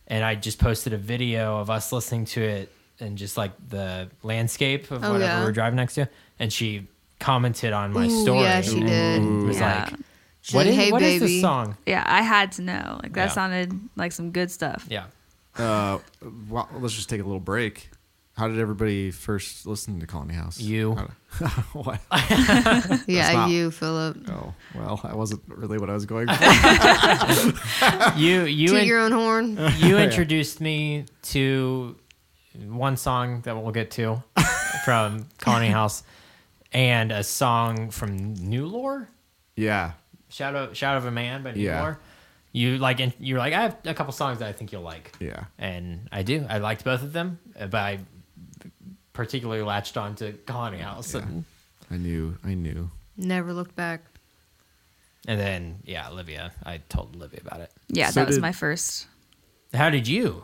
S2: and I just posted a video of us listening to it and just like the landscape of
S3: Oh,
S2: whatever
S3: yeah.
S2: we we're driving next to. And she commented on my
S3: Ooh,
S2: story.
S3: yeah, she
S2: and
S3: did.
S2: was
S4: Yeah.
S2: like,
S3: She
S2: "What
S3: did,
S2: is
S3: hey,
S2: what is
S3: baby.
S2: this song?
S4: Yeah, I had to know. Like that
S2: Yeah.
S4: sounded like some good stuff.
S2: Yeah.
S1: Uh, well, let's just take a little break. How did everybody first listen to Colony House?
S2: You.
S1: How- what?
S3: Yeah,
S1: not-
S3: you, Philip.
S1: Oh, well, that wasn't really what I was going for.
S2: You you
S3: Toot
S2: in- Uh.
S3: your own horn.
S2: you introduced me to one song that we'll get to from Colony House and a song from New Lore.
S1: yeah.
S2: Shout out, shout out of a man, but
S1: Yeah.
S2: more. You like, and you're like, I have a couple songs that I think you'll like,
S1: Yeah.
S2: and I do. I liked both of them, uh, but I particularly latched on to Colony House, and,
S1: I knew. I knew.
S3: Never looked back.
S2: and then yeah, Olivia. I told Olivia about it.
S4: Yeah,
S1: So
S4: that was
S1: did-
S4: my first.
S2: How did you?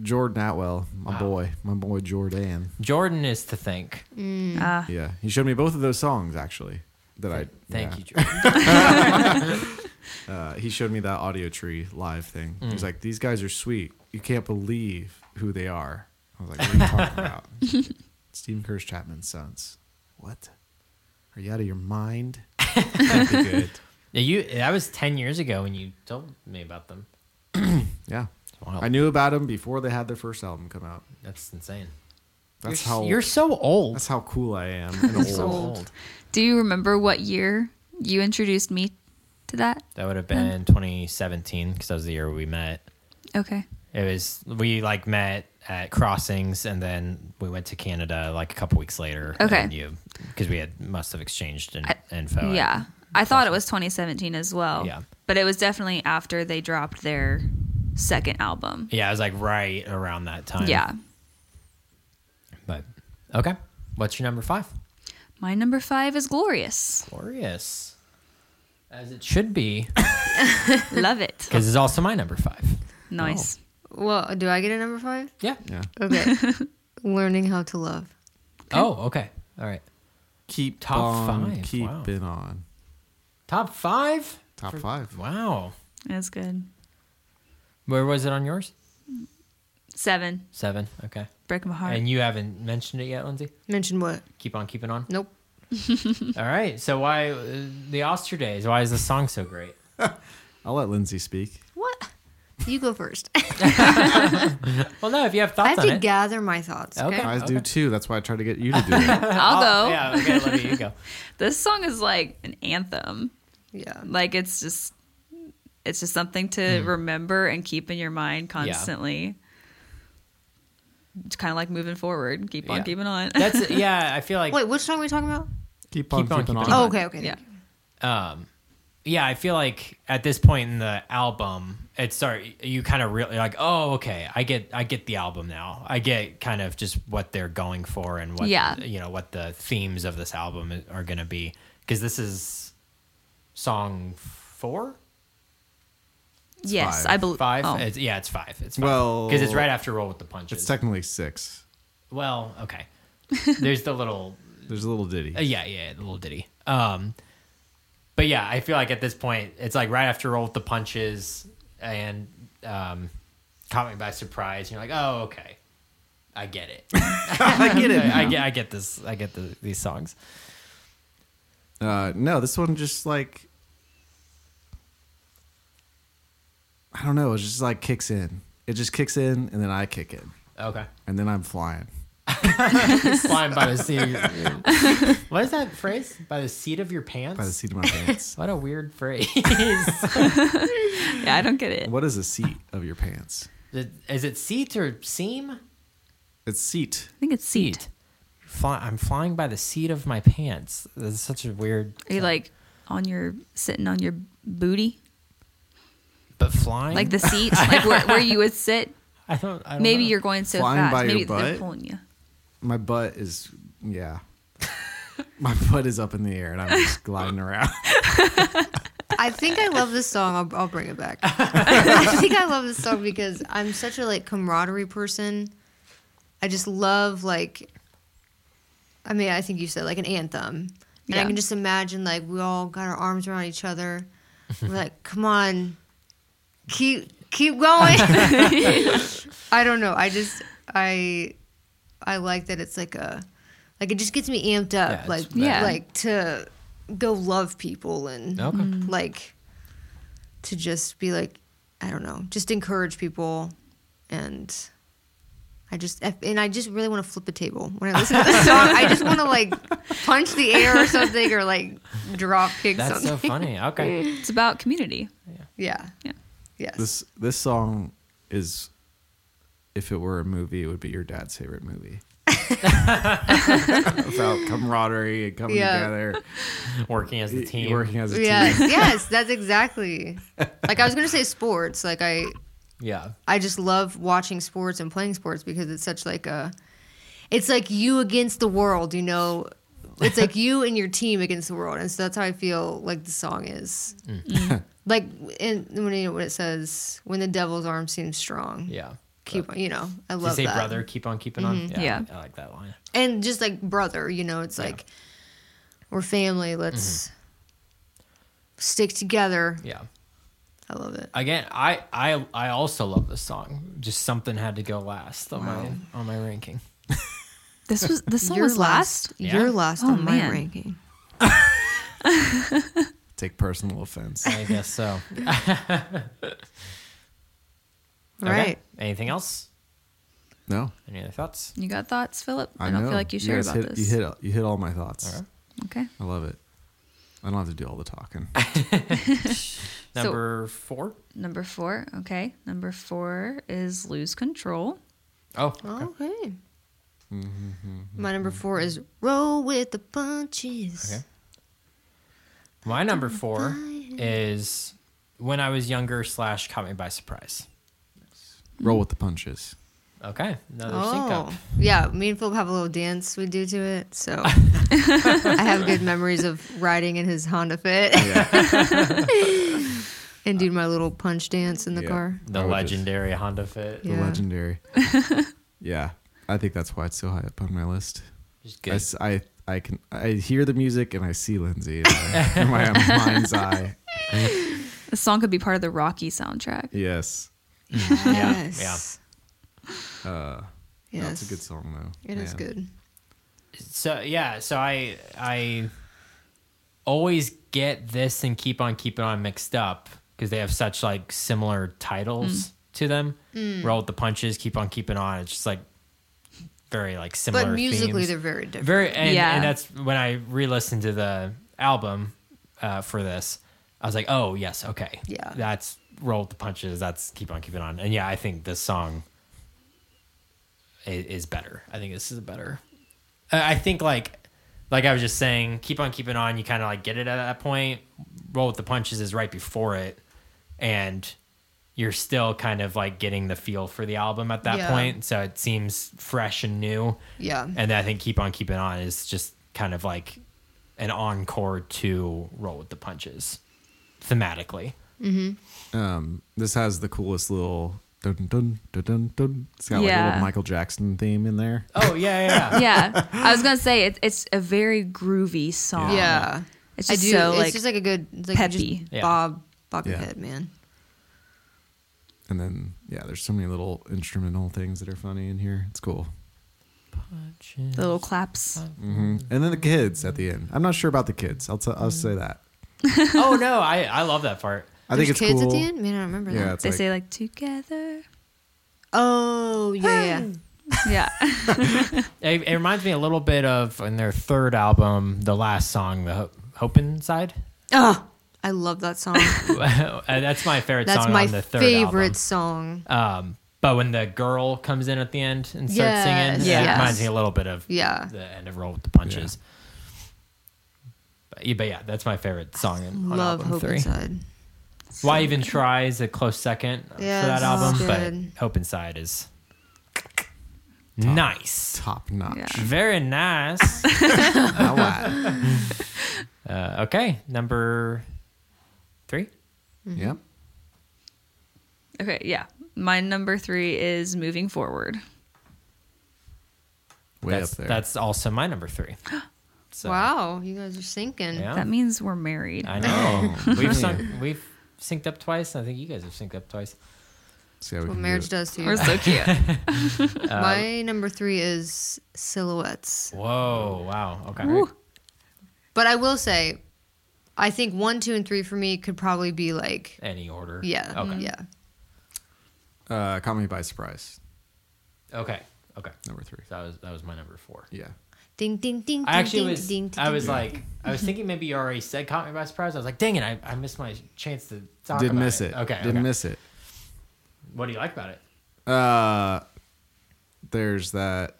S1: Jordan Atwell, my
S2: Wow.
S1: boy, my boy Jordan.
S2: Jordan is to think.
S1: Mm.
S4: Ah,
S1: Yeah, he showed me both of those songs actually. That I
S2: Thank
S1: yeah.
S2: you, Jordan.
S1: Uh, he showed me that audio tree live thing. He was
S2: Mm.
S1: like, "These guys are sweet. You can't believe who they are." I was like, "What are you talking about?" Stephen Curtis Chapman's sons. What? Are you out of your mind? That'd be good.
S2: Yeah, you. That was ten years ago when you told me about them.
S1: Yeah,
S2: Wow,
S1: I knew about them before they had their first album come out.
S2: that's insane.
S1: That's
S2: you're, s-
S1: how
S2: you're so old.
S1: that's how cool I am. And old.
S2: so old.
S4: do you remember what year you introduced me to that?
S2: That would have been 2017 because that was the year we met.
S4: Okay.
S2: It was we like met at crossings and then we went to Canada like a couple weeks later.
S4: Okay.
S2: and you because we had must have exchanged in,
S4: I-
S2: info. at-
S4: yeah. I thought it was 2017 as well.
S2: Yeah.
S4: But it was definitely after they dropped their second album.
S2: yeah, it was like right around that time.
S4: Yeah.
S2: but okay. What's your number five?
S4: My number five is Glorious.
S2: Glorious, as it should be,
S4: Love it.
S2: because it's also my number five.
S4: Nice.
S3: Well, do I get a number five?
S2: Yeah.
S1: Yeah.
S3: Okay. Learning how to love.
S2: Oh, okay. All right.
S1: Keep
S2: Top
S1: on
S2: five, wow.
S1: Keeping on.
S2: Top five.
S1: Top five.
S2: Wow.
S4: That's good.
S2: Where was it on yours?
S4: Seven.
S2: Seven. Okay.
S4: Break my heart.
S2: And you haven't mentioned it yet, Lindsay.
S3: Mention what?
S2: Keep on keeping on.
S3: Nope.
S2: All right. So why uh, the Oster Days? Why is the song so great?
S1: I'll let Lindsay speak.
S3: What? You go first.
S2: Well, no. If you have
S3: I
S2: thoughts
S3: have
S2: on
S3: to
S2: it,
S3: gather my thoughts. Okay.
S2: Okay.
S1: I do too. That's why I tried to get you to do it.
S4: I'll
S2: Oh,
S4: go.
S2: Yeah. Okay. Let me. You go.
S4: This song is like an anthem.
S3: Yeah.
S4: Like it's just it's just something to remember and keep in your mind constantly. It's kind of like moving forward, keep on
S2: Yeah.
S4: keeping on.
S2: That's yeah. I feel like
S3: Wait, which song are we talking about?
S1: Keep on
S2: Keep on
S1: keeping
S2: keeping
S1: on.
S3: Oh, okay, okay.
S4: yeah.
S3: thank
S2: um, yeah. I feel like at this point in the album, it's sorry. You kind of really like. Oh, okay. I get. I get the album now. I get kind of just what they're going for and what
S4: Yeah.
S2: you know what the themes of this album i- are going to be because this is song four.
S4: yes,
S1: five.
S4: I believe
S2: Five.
S4: Oh.
S2: It's, yeah, it's five. It's five.
S1: Well-
S2: because it's right after roll with the punches.
S1: It's technically six.
S2: well, okay. There's the little
S1: There's a little ditty.
S2: uh, yeah, yeah, the little ditty. Um, but yeah, I feel like at this point, it's like right after roll with the punches and um, caught me by surprise. You're like, oh, okay, I get it. I get it. I, get. I get this. I get the, these songs.
S1: Uh, no, this one just like I don't know. It just like kicks in. It just kicks in, and then I kick in,
S2: Okay,
S1: and then I'm flying.
S2: flying by the seat. what is that phrase? By the seat of your pants.
S1: By the seat of my pants.
S2: What a weird phrase.
S4: Yeah, I don't get it.
S1: what is a seat of your pants?
S2: is it seat or seam?
S1: It's seat.
S4: I think it's seat.
S2: Fly, I'm flying by the seat of my pants. That's such a weird.
S4: Are you like on your sitting on your booty,
S2: But flying.
S4: like the seat, like where, where you would sit?
S2: I don't. I don't
S4: Maybe
S2: know.
S4: you're going so
S1: Flying
S4: fast.
S1: by your
S4: Maybe they're
S1: butt?
S4: pulling you.
S1: my butt is yeah. my butt is up in the air and I'm just gliding around.
S3: I think I love this song. I'll, I'll bring it back. I think I love this song because I'm such a like camaraderie person. I just love like. I mean, I think you said like an anthem, and I
S4: Yeah.
S3: can just imagine like we all got our arms around each other. We're like, come on, keep keep going. I don't know. I just I I like that it's like a like it just gets me amped
S2: Yeah,
S3: up.
S2: it's
S3: like
S4: Yeah.
S3: like to go love people and
S2: Okay.
S3: like to just be like I don't know, just encourage people and I just and I just really want to flip a table when I listen to this song. I just want to like punch the air or something or like drop kick
S2: That's
S3: something.
S2: so funny. Okay.
S4: It's about community.
S3: yeah.
S4: Yeah.
S3: Yes.
S1: This this song is if it were a movie, it would be your dad's favorite movie. About camaraderie and coming
S3: Yeah.
S1: together,
S2: Working as a team.
S1: working as a
S3: yes.
S1: team.
S3: yes. That's exactly. Like I was gonna say sports. Like I
S2: Yeah.
S3: I just love watching sports and playing sports because it's such like a it's like you against the world, you know. It's like you and your team against the world. And so that's how I feel like the song is.
S2: Mm.
S3: like and when it, when it says when the devil's arm seems strong.
S2: Yeah.
S3: Keep on, you know, I
S2: Did you
S3: love
S2: say
S3: that. Mm-hmm.
S2: brother? Keep on keeping on.
S4: Yeah.
S2: I like that line.
S3: And just like brother, you know, it's like we're family,
S2: Mm-hmm.
S3: let's stick together.
S2: Yeah.
S3: I love it.
S2: Again, I I I also love this song. Just something had to go last on my on my ranking.
S4: This was this one
S3: You're
S4: was last.
S2: Yeah.
S3: You're last
S4: Oh,
S3: on my
S4: man.
S3: ranking.
S1: Take personal offense.
S2: I guess so. Okay.
S3: Right.
S2: Anything else?
S1: No,
S2: Any other thoughts?
S4: You got thoughts, Philip?
S1: I,
S4: don't
S1: know.
S4: feel like you shared
S1: guys
S4: about
S1: hit,
S4: this.
S1: You hit you hit all my thoughts.
S2: All right.
S4: okay.
S1: I love it. I don't have to do all the talking.
S4: So-
S2: Number four.
S4: Number four. Okay. Number four is lose control.
S2: Oh,
S3: Okay. My number four is roll with the punches.
S2: Okay. my number four is when I was younger slash caught me by surprise.
S1: Roll with the punches.
S2: Okay, another sync
S3: Oh,
S2: up.
S3: yeah. Me and Philip have a little dance we do to it. So I have good memories of riding in his Honda Fit and doing my little punch dance in the
S1: Yeah.
S3: car.
S2: The
S1: I would just-
S2: legendary Honda Fit.
S1: The
S3: Yeah.
S1: legendary. yeah, I think that's why it's so high up on my list.
S2: Just
S1: I
S2: good.
S1: s- I, I can I hear the music and I see Lindsay in my, in my mind's eye.
S4: This song could be part of the Rocky soundtrack.
S1: Yes,
S3: Yes.
S1: uh,
S3: Yes.
S1: that's a good song though.
S3: It is
S1: Man.
S3: good.
S2: So yeah, so I I always get this and keep on keeping on mixed up because they have such like similar
S3: Mm.
S2: titles to them. Roll with the punches, keep on keeping on. It's just like very like similar.
S3: But musically,
S2: themes.
S3: they're very different.
S2: very and,
S4: Yeah.
S2: and that's when I re-listened to the album uh, for this. I was like, oh yes, okay,
S3: Yeah.
S2: that's roll with the punches. That's keep on keeping on. And yeah, I think this song i- is, better. I think this is better. I I think like like I was just saying, keep on keeping on. You kind of like get it at that point. Roll with the punches is right before it, and you're still kind of like getting the feel for the album at that
S3: Yeah.
S2: point. So it seems fresh and new.
S3: yeah.
S2: And I think Keep On Keeping On is just kind of like an encore to Roll with the Punches thematically.
S1: Um, this has the coolest little dun dun dun dun dun. It's got like a
S4: Yeah.
S1: little Michael Jackson theme in there.
S2: Oh, yeah, yeah, yeah.
S4: yeah. I was gonna say it, it's a very groovy song.
S3: yeah.
S4: It's
S3: I
S4: just
S3: do.
S4: so
S3: it's
S4: like,
S3: just like a good, it's like
S4: peppy.
S3: Just
S2: Yeah.
S3: Bob, Bob your
S1: Yeah.
S3: head, man.
S1: And then yeah, there's so many little instrumental things that are funny in here. It's cool.
S4: the little claps.
S1: hmm
S3: Mm-hmm.
S1: And then the kids at the end. I'm not sure about the kids. I'll t- I'll
S3: Mm.
S1: say that.
S2: oh, no, I, I love that part.
S1: I
S3: There's
S1: think it's
S3: kids
S1: cool.
S3: at the end. Man, I don't remember
S1: Yeah,
S3: that.
S1: it's
S4: they
S1: like,
S4: say like together.
S3: Oh yeah. yeah.
S4: Yeah.
S2: It, it reminds me a little bit of in their third album, the last song, The Ho- Hopin' Side.
S3: Oh, I love that song.
S2: That's my favorite
S3: That's
S2: song
S3: my
S2: on the third
S3: favorite
S2: album.
S3: song.
S2: Um, but when the girl comes in at the end and starts
S3: Yes,
S2: singing, it
S3: yes.
S2: reminds me a little bit of
S3: Yeah.
S2: the end of Roll with the Punches. But, yeah, but yeah, that's my favorite song in, on
S3: Love
S2: album
S3: Hope
S2: three.
S3: Inside.
S2: Why Even Try is a close second
S3: Yeah,
S2: for that
S3: it's
S2: album,
S3: good.
S2: but Hope Inside is Nice.
S1: Top notch.
S4: Yeah.
S2: Very nice.
S1: Now what?
S2: uh, okay, number three.
S3: Mm-hmm.
S1: Yep.
S4: Okay, yeah. My number three is moving forward.
S1: Way
S2: that's,
S1: up there.
S2: That's also my number three. So,
S3: Wow, you guys are sinking.
S2: Yeah.
S4: That means we're married.
S2: Oh. I know.
S1: Oh,
S2: we've
S1: man.
S2: sunk, we've synced up twice. and I think you guys have synced up twice.
S1: See how we
S3: What
S1: can do
S3: marriage
S1: it.
S3: does to
S4: We're
S3: you.
S4: so cute.
S2: Uh,
S3: My number three is silhouettes.
S2: Whoa! Wow. Okay.
S4: Woo.
S3: But I will say, I think one, two, and three for me could probably be like,
S2: Any order?
S3: yeah,
S2: Okay.
S3: yeah.
S1: Uh, caught me by surprise.
S2: Okay. Okay.
S1: Number three.
S2: So that was that was my number four.
S1: Yeah.
S3: Ding, ding, ding.
S2: I
S3: ding,
S2: actually
S3: ding,
S2: was.
S3: ding, ding,
S2: I was
S3: ding.
S2: like, I was thinking maybe you already said caught me by surprise. I was like, dang it, I, I missed my chance to talk.
S1: Didn't
S2: about
S1: miss it.
S2: Okay.
S1: Didn't
S2: okay.
S1: miss it.
S2: What do you like about it?
S1: Uh, there's that.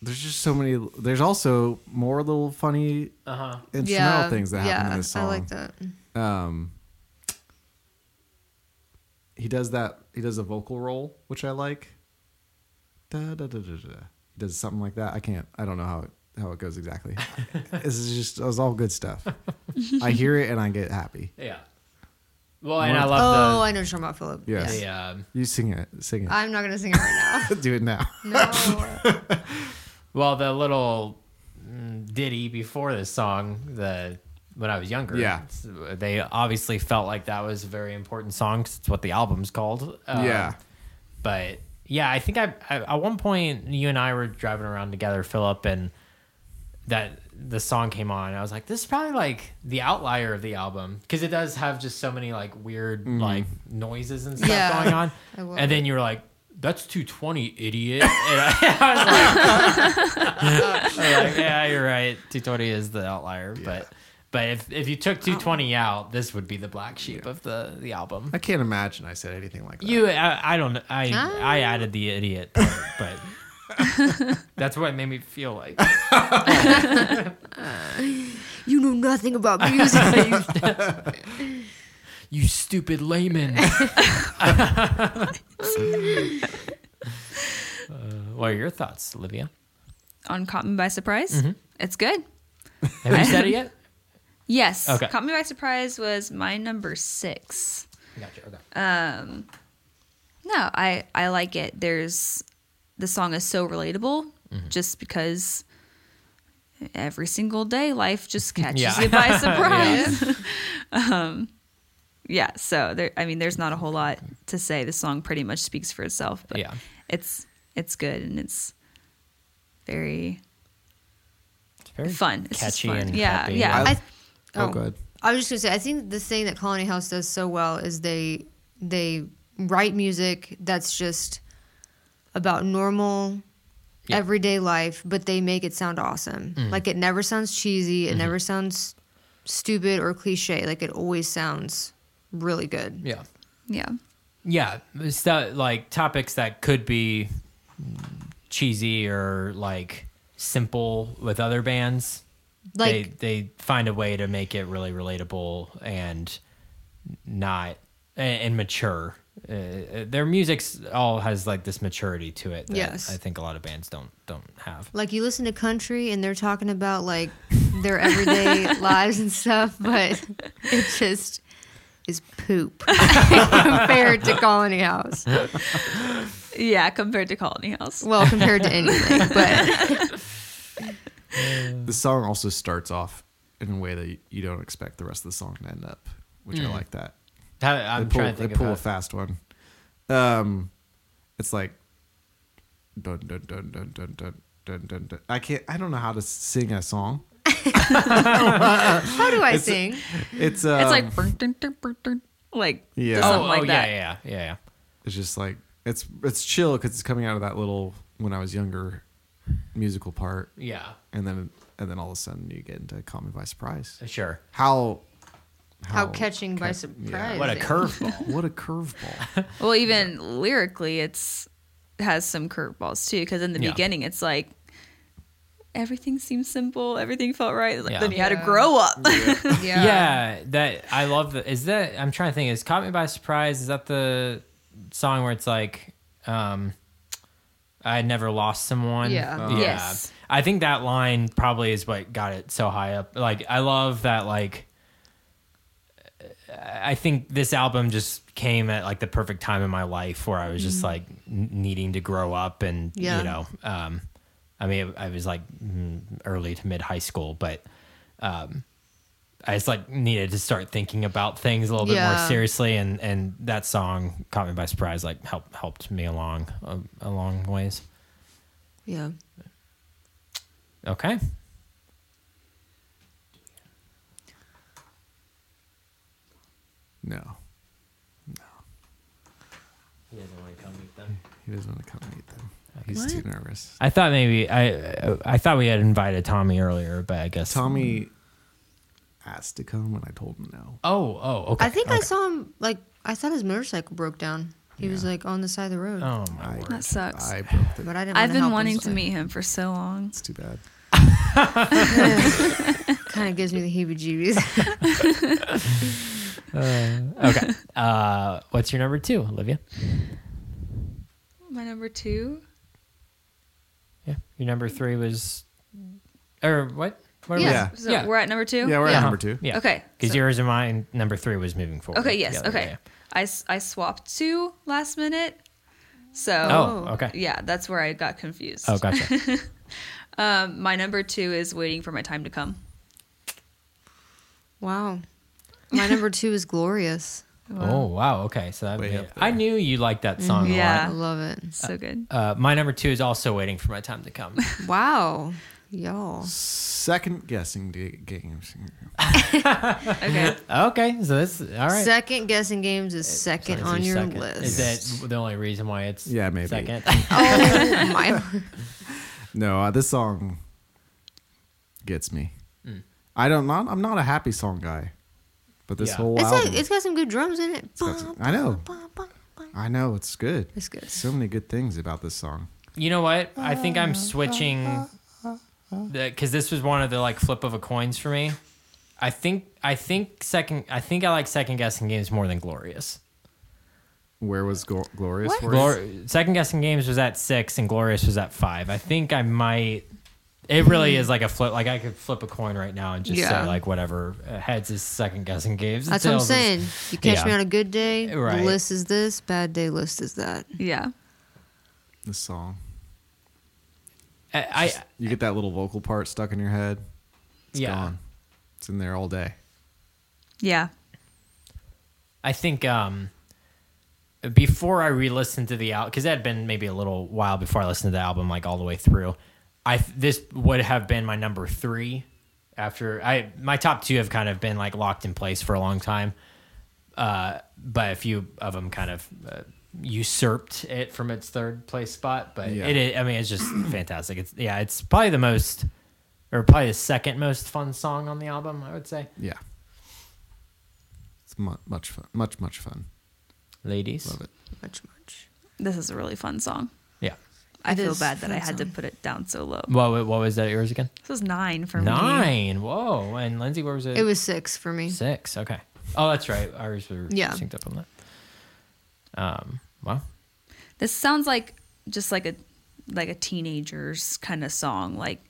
S1: There's just so many. There's also more little funny
S2: Uh huh.
S1: instrumental things that happen
S3: yeah,
S1: in this song.
S3: I like that.
S1: um he does that he does a vocal roll which i like da, da, da, da, da. he does something like that i can't i don't know how it how it goes exactly this is just it was all good stuff i hear it and i get happy
S2: Yeah. Well, and I
S3: Oh,
S2: love
S3: I know what you're talking about Philip.
S1: Yes.
S2: the.
S1: I-
S2: the um,
S1: you sing it sing it
S3: I'm not gonna sing it right
S1: do it now
S3: now. No.
S2: well, the little mm, ditty before this song, the when I was younger.
S1: Yeah.
S2: it's- They obviously felt like that was a very important song 'cause it's what the album's called. Um,
S1: yeah
S2: but yeah, I think I, I at one point you and I were driving around together, Philip, and that the song came on. I was like, this is probably like the outlier of the album because it does have just so many like weird
S1: Mm-hmm.
S2: like noises and stuff
S3: Yeah.
S2: going on.
S3: I love
S2: And then you were like, that's 220, idiot. And I, I was like, I was like, yeah, you're right. 220 is the outlier, but. But if, if you
S3: Oh.
S2: took 220 out, this would be the black sheep of the, the album.
S1: i can't imagine i said anything like that
S2: You, I, I don't. I
S3: Ah.
S2: I added the idiot, part, but that's what it made me feel like.
S3: you know nothing about music.
S2: You stupid layman. Uh, what are your thoughts, Olivia?
S4: On Caught Me by Surprise.
S2: Mm-hmm.
S4: It's good.
S2: Have you said it yet?
S4: Yes.
S2: Okay.
S4: Caught Me by Surprise was my number six.
S2: Gotcha. Okay.
S4: No, I I like it. There's the song is so relatable
S2: Mm-hmm.
S4: just because every single day life just catches
S2: Yeah.
S4: you by surprise. um yeah, so there I mean there's not a whole lot to say. The song pretty much speaks for itself, but
S2: Yeah.
S4: it's it's good and it's very
S2: It's very
S4: fun. It's just
S2: catchy
S4: fun.
S2: and
S4: yeah,
S2: happy.
S4: yeah.
S1: I-
S3: I,
S1: oh,
S3: oh.
S1: good
S3: I was just gonna say, I think the thing that Colony House does so well is they they write music that's just about normal
S2: Yeah.
S3: everyday life, but they make it sound awesome. Like it never sounds cheesy, it never sounds stupid or cliche. Like it always sounds really good.
S2: Yeah.
S4: yeah.
S2: Yeah, it's that, like topics that could be mm, cheesy or like simple with other bands.
S3: Like-
S2: they they find a way to make it really relatable and not and, and mature. Uh, Uh, their music's all has like this maturity to it that
S3: Yes.
S2: I think a lot of bands don't don't have.
S3: Like you listen to country and they're talking about like their everyday lives and stuff, but it just is poop compared to Colony House.
S4: Yeah, compared to Colony House.
S3: Well, compared to anything, but
S1: the song also starts off in a way that you don't expect the rest of the song to end up which i like that
S2: How- Mm. I'm
S1: they pull,
S2: trying to think
S1: they pull a
S2: about
S1: fast one. Um, it's like dun dun dun dun dun dun dun dun. dun. I can't. I don't know how to sing a song.
S3: how do I sing?
S1: It's um,
S4: It's like burn, dun, dun, burn, dun, like
S1: Yeah.
S4: yeah.
S1: Oh,
S4: something
S2: oh,
S4: like
S2: oh,
S4: that.
S2: Um, yeah, yeah, yeah, yeah.
S1: it's just like it's it's chill because it's coming out of that little when I was younger musical part,
S2: Yeah,
S1: and then and then all of a sudden you get into Call Me by Surprise.
S2: sure.
S1: How
S3: How catching by
S1: catch- yeah.
S3: surprise.
S2: What a curveball.
S1: What a curveball!
S4: Well, even lyrically, it's has some curveballs too. Because in the
S2: Yeah.
S4: beginning, it's like everything seemed simple, everything felt right. like,
S2: Yeah.
S4: Then you had
S3: Yeah.
S4: to grow up.
S3: Yeah.
S2: Yeah, that I love. The, is that I'm trying to think? Is "Caught Me by Surprise"? Is that the song where it's like, um, I had never lost someone.
S3: Yeah. Oh.
S4: Yes.
S2: I think that line probably is what got it so high up. Like I love that like I think this album just came at like the perfect time in my life where I was just like n- needing to grow up and
S3: Mm-hmm. Yeah.
S2: you know um I mean I was like mm, early to mid high school but I just like needed to start thinking about things a little bit
S3: Yeah.
S2: more seriously, and and that song caught me by surprise. Like helped helped me along uh, along ways.
S3: Yeah.
S2: Okay,
S1: No,
S2: he doesn't want to come meet them.
S1: he doesn't want to come meet them. He's
S4: What?
S1: too nervous.
S2: I thought maybe I I thought we had invited Tommy earlier, but I guess
S1: Tommy asked to come, and I told him no.
S2: Oh oh okay.
S3: I think I
S2: okay.
S3: saw him like I thought his motorcycle broke down. He was like on the side of the road.
S2: Oh my
S1: I,
S2: word.
S4: That sucks.
S1: I broke the.
S3: But I didn't.
S4: I've been wanting to meet him for so long.
S1: It's too bad.
S3: Kind of gives me the heebie-jeebies.
S2: Okay. uh, what's your number two, Olivia?
S4: My number two.
S2: Yeah, your number three was, or what? What were we-
S1: Yeah.
S4: So
S2: Uh, Yeah. Uh-huh.
S4: we're at number two.
S1: Yeah, we're
S3: Yeah.
S1: at number two.
S2: Yeah.
S4: Okay.
S2: Because
S4: so-
S2: yours and mine, number three was moving forward.
S4: Okay. Yes.
S2: the other
S4: Okay.
S2: way.
S4: I, s- I swapped two last minute. So.
S2: Oh,
S3: Oh.
S2: okay.
S4: Yeah, that's where I got confused.
S2: Oh, gotcha.
S4: Um, my number two is waiting for my time to come.
S3: wow. My number two is glorious.
S2: oh, wow. Okay. So that
S1: Way
S2: made,
S1: up there.
S2: I knew you liked that song
S4: Mhm.
S2: a
S3: I
S4: Yeah.
S2: lot.
S3: love it.
S4: So good.
S2: Uh, my number two is also waiting for my time to come.
S3: Wow, y'all.
S1: Second guessing da- games.
S4: Okay.
S2: okay. So that's all right.
S3: Second guessing games is
S2: So
S3: second
S2: that's
S3: on
S2: your
S3: your
S2: second.
S3: list.
S2: Is that the only reason why it's
S1: Yeah, maybe.
S2: second?
S3: oh my!
S1: No, uh, this song gets me. I don't not. I'm not a happy song guy, but this
S2: Yeah.
S1: whole
S3: It's
S1: album.
S3: like it's got some good drums in it.
S1: got some- I know. I know it's good.
S3: It's good.
S1: So many good things about this song.
S2: You know what? I think I'm switching because this was one of the like flip of a coins for me. I think I think second I think I like second guessing games more than glorious.
S1: Where was Gl- Glorious? for you?
S2: Glor- second guessing games was at six and glorious was at five i think i might it really is like a flip like i could flip a coin right now and just
S3: Yeah.
S2: say like whatever uh, heads is second guessing games and
S3: That's what I'm
S2: tails is-
S3: saying. You catch me
S2: Yeah.
S3: on a good day.
S2: Right.
S3: The list is this. Bad day list is that.
S4: Yeah.
S1: This song.
S2: i, I
S1: You get that little vocal part stuck in your head. It's
S2: yeah
S1: gone. It's in there all day.
S4: Yeah.
S2: i think um before i re-listened to the album because that had been maybe a little while before i listened to the album like all the way through i this would have been my number three after i my top two have kind of been like locked in place for a long time uh, but a few of them kind of uh, usurped it from its third place spot. But
S1: Yeah.
S2: it is, I mean, it's just fantastic. It's yeah, it's probably the most, or probably the second most fun song on the album. I would say,
S1: Yeah. It's mu- much fun. Much much fun.
S2: ladies,
S1: Love it.
S3: Much much.
S4: This is a really fun song.
S2: Yeah.
S4: I
S3: It
S4: feel
S3: is
S4: bad that
S3: fun
S4: I had to
S3: song.
S4: put it down so low.
S2: What what was that yours again?
S4: This was nine for me.
S2: Nine. Whoa. And Lindsay, where was it?
S3: It was six for me.
S2: six. Okay. Oh, that's right. Ours were
S3: Yeah.
S2: synced up on that. Um. Wow.
S4: This sounds like just like a like a teenager's kind of song. Like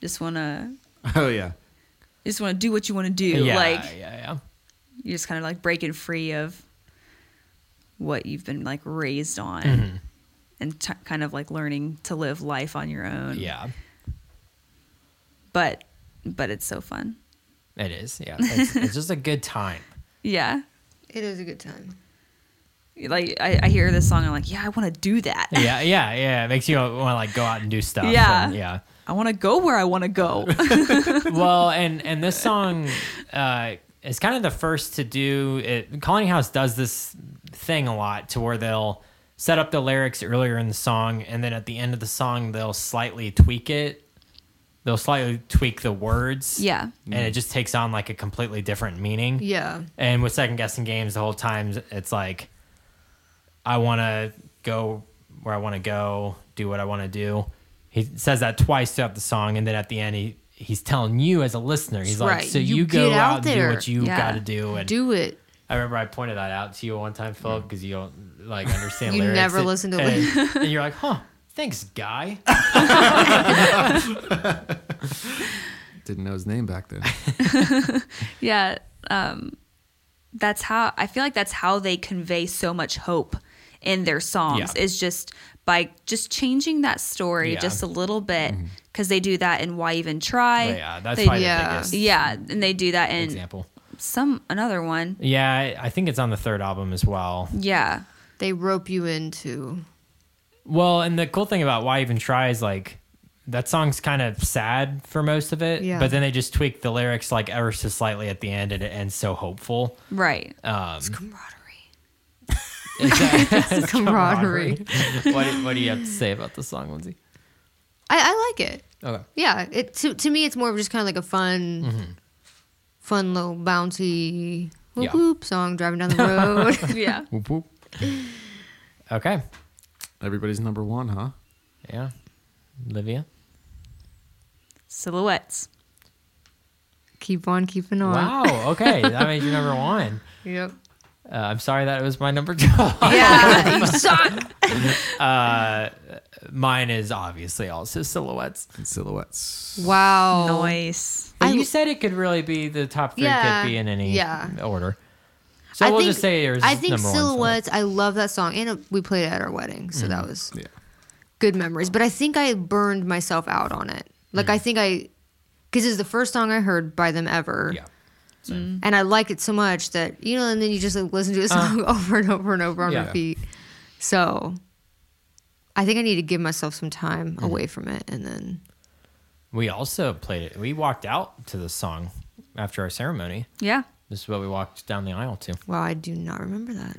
S4: just wanna
S1: Oh yeah.
S4: just wanna do what you wanna do.
S2: yeah.
S4: Like
S2: yeah. Yeah.
S4: you're just kind of like breaking free of what you've been like raised on
S2: Mm-hmm.
S4: and t- kind of like learning to live life on your own
S2: Yeah.
S4: but but it's so fun
S2: It is. Yeah. It's, it's just a good time.
S4: yeah
S3: It is a good time.
S4: like I, I hear this song i'm like yeah i want to do that
S2: yeah, yeah, yeah. It makes you want to like go out and do stuff.
S4: Yeah.
S2: and- yeah.
S4: i want to go where i want to go
S2: Well, and and this song uh, is kind of the first to do it. Colony House does this thing a lot to where they'll set up the lyrics earlier in the song, and then at the end of the song they'll slightly tweak it. They'll slightly tweak the words.
S4: yeah
S2: And it just takes on like a completely different meaning.
S3: Yeah.
S2: And with second guessing games, the whole time it's like, I want to go where I want to go, do what I want to do. He says that twice throughout the song, and then at the end, he he's telling you as a listener, he's like,
S3: Right.
S2: "So you,
S3: You
S2: go
S3: get
S2: out
S3: out
S2: and do
S3: there.
S2: what you
S4: Yeah.
S2: got to do." And
S3: Do it.
S2: I remember I pointed that out to you one time, Philip, because you don't like understand
S3: You
S2: lyrics.
S3: never
S2: and-
S3: listen to
S2: and, and you're like, huh? Thanks, guy.
S1: Didn't know his name back then.
S4: Yeah. Um, that's how I feel like that's how they convey so much hope in their songs
S2: Yeah.
S4: is just by just changing that story
S2: Yeah.
S4: just a little bit because they do that in Why Even Try.
S2: But Oh, yeah, that's
S4: They-
S2: probably
S3: yeah.
S2: the biggest
S4: yeah, and they do that in
S2: example.
S4: some another one.
S2: Yeah, I- I think it's on the third album as well.
S4: Yeah.
S3: They rope you into.
S2: Well, and the cool thing about why even try is like that song's kind of sad for most of it,
S3: Yeah.
S2: but then they just tweak the lyrics like ever so slightly at the end, and it ends so hopeful.
S4: Right.
S2: Um,
S4: Camaraderie.
S2: it's
S3: camaraderie.
S2: what, do- what do you have to say about the song, Lindsay?
S3: I, I like it.
S2: Okay.
S3: Yeah, it to to me it's more of just kind of like a fun, fun little bouncy whoop
S2: Mm-hmm. Yeah.
S3: whoop song driving down the road.
S4: yeah.
S1: Whoop, whoop.
S2: Okay.
S1: Everybody's number one, huh?
S2: Yeah. Olivia.
S4: Silhouettes.
S3: Keep on keeping on.
S2: Wow. Okay. That made you number one.
S3: Yep.
S2: Uh, I'm sorry that it was my number two.
S3: Yeah, you suck.
S2: Mine is obviously also silhouettes.
S1: And silhouettes.
S3: Wow.
S4: Noise.
S2: But
S3: I-
S2: you said it could really be the top three
S3: Yeah,
S2: could be in any
S3: yeah.
S2: order. So
S3: I
S2: we'll
S3: think-
S2: just say yours.
S3: I
S2: is
S3: think
S2: number one, so-
S3: silhouettes. I love that song, and uh, we played it at our wedding, so
S2: Mm-hmm.
S3: that was
S1: Yeah.
S3: good memories. But I think I burned myself out on it. Like I think I, because it's the first song I heard by them ever.
S2: Yeah. Same.
S3: and I liked it so much that you know, and then you just like listen to a song over and over and over on
S2: Uh. Yeah.
S3: repeat. So I think I need to give myself some time
S2: Mm-hmm.
S3: away from it, and then
S2: We also played it. We walked out to the song after our ceremony.
S4: Yeah.
S2: This is what we walked down the aisle to.
S3: wow, I do not remember that.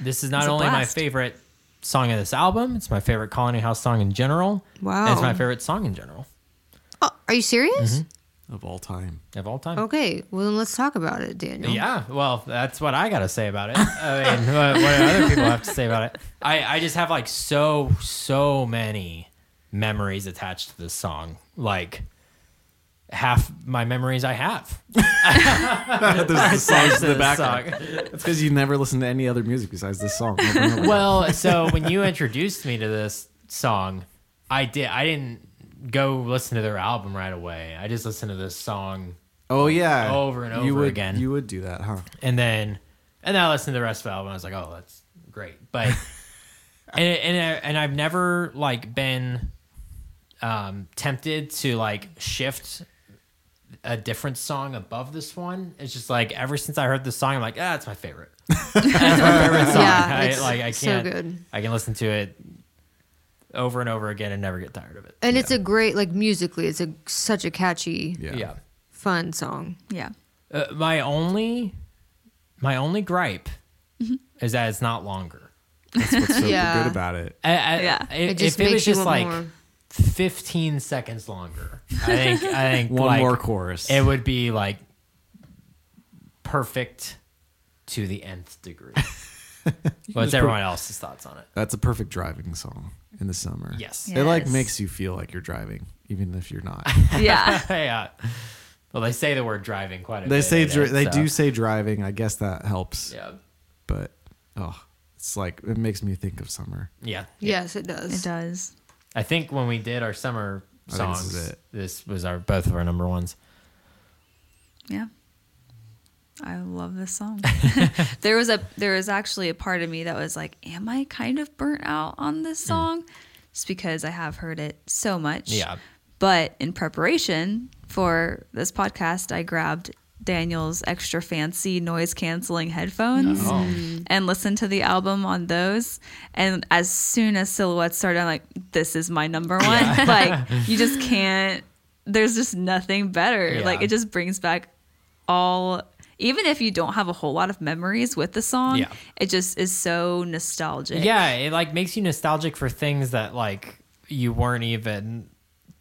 S2: This is
S4: It's
S2: not
S4: a
S2: only my
S4: blast.
S2: favorite song of this album, it's my favorite Colony House song in general.
S3: Wow.
S2: And it's my favorite song in general
S3: oh, are you serious?
S1: Of all time.
S2: of all time.
S3: Okay, well then let's talk about it, Daniel.
S2: Yeah, well, that's what I got to say about it. I mean, what, what do other people have to say about it? I, I just have like so, so many memories attached to this song. Like half my memories I have.
S1: There's the songs in the
S2: This
S1: background.
S2: song.
S1: It's because you never listen to any other music besides this song. over and over.
S2: Well, so when you introduced me to this song, I did. I didn't go listen to their album right away. I just listened to this song,
S1: oh yeah,
S2: Over and
S1: you
S2: over
S1: would,
S2: again.
S1: You would do that, huh?
S2: and then and then I listened to the rest of the album. I was like, oh, that's great. But and and I, and I've never like been um, tempted to like shift a different song above this one. It's just like ever since I heard this song, I'm like, ah, it's my favorite. that's my favorite song.
S3: Yeah,
S2: I,
S3: it's
S2: like I
S3: so
S2: can't.
S3: good.
S2: I can listen to it over and over again and never get tired of it.
S3: And it's a great like musically, it's a such a catchy,
S1: Yeah.
S2: yeah.
S3: fun song.
S4: Yeah.
S2: Uh, my only, my only gripe
S3: Mm-hmm.
S2: is that it's not longer.
S1: That's what's so
S3: Yeah.
S1: good about it.
S2: I, I,
S4: Yeah.
S2: I-
S3: It just
S2: if it was
S3: makes you
S2: just
S3: want
S2: like
S3: more.
S2: 15 seconds longer, I think, I think
S1: One
S2: like,
S1: more chorus.
S2: it would be like perfect to the nth degree. What's everyone else's thoughts on it?
S1: That's a perfect driving song in the summer.
S2: Yes.
S1: It like
S4: Yes.
S1: makes you feel like you're driving, even if you're not.
S4: Yeah.
S2: yeah. Well, they say the word driving quite a bit.
S1: they say
S2: in
S1: dri-
S2: it,
S1: they
S2: so-
S1: do say driving. I guess that helps.
S2: Yeah.
S1: But oh, it's like it makes me think of summer.
S2: Yeah.
S3: Yes, it does.
S4: it does.
S2: I think when we did our summer
S1: I think this
S2: songs,
S1: is
S2: this,
S1: it.
S2: was our both of our number ones.
S4: Yeah. I love this song. there was a there was actually a part of me that was like, am I kind of burnt out on this song? Just because I have heard it so much.
S2: Yeah.
S4: But in preparation for this podcast, I grabbed Daniel's extra fancy noise canceling headphones
S2: Oh.
S4: and listened to the album on those. And as soon as Silhouette started, I'm like, this is my number one. like, you just can't, there's just nothing better.
S2: Yeah.
S4: Like, it just brings back all, even if you don't have a whole lot of memories with the song,
S2: Yeah.
S4: it just is so nostalgic.
S2: Yeah, it like makes you nostalgic for things that like you weren't even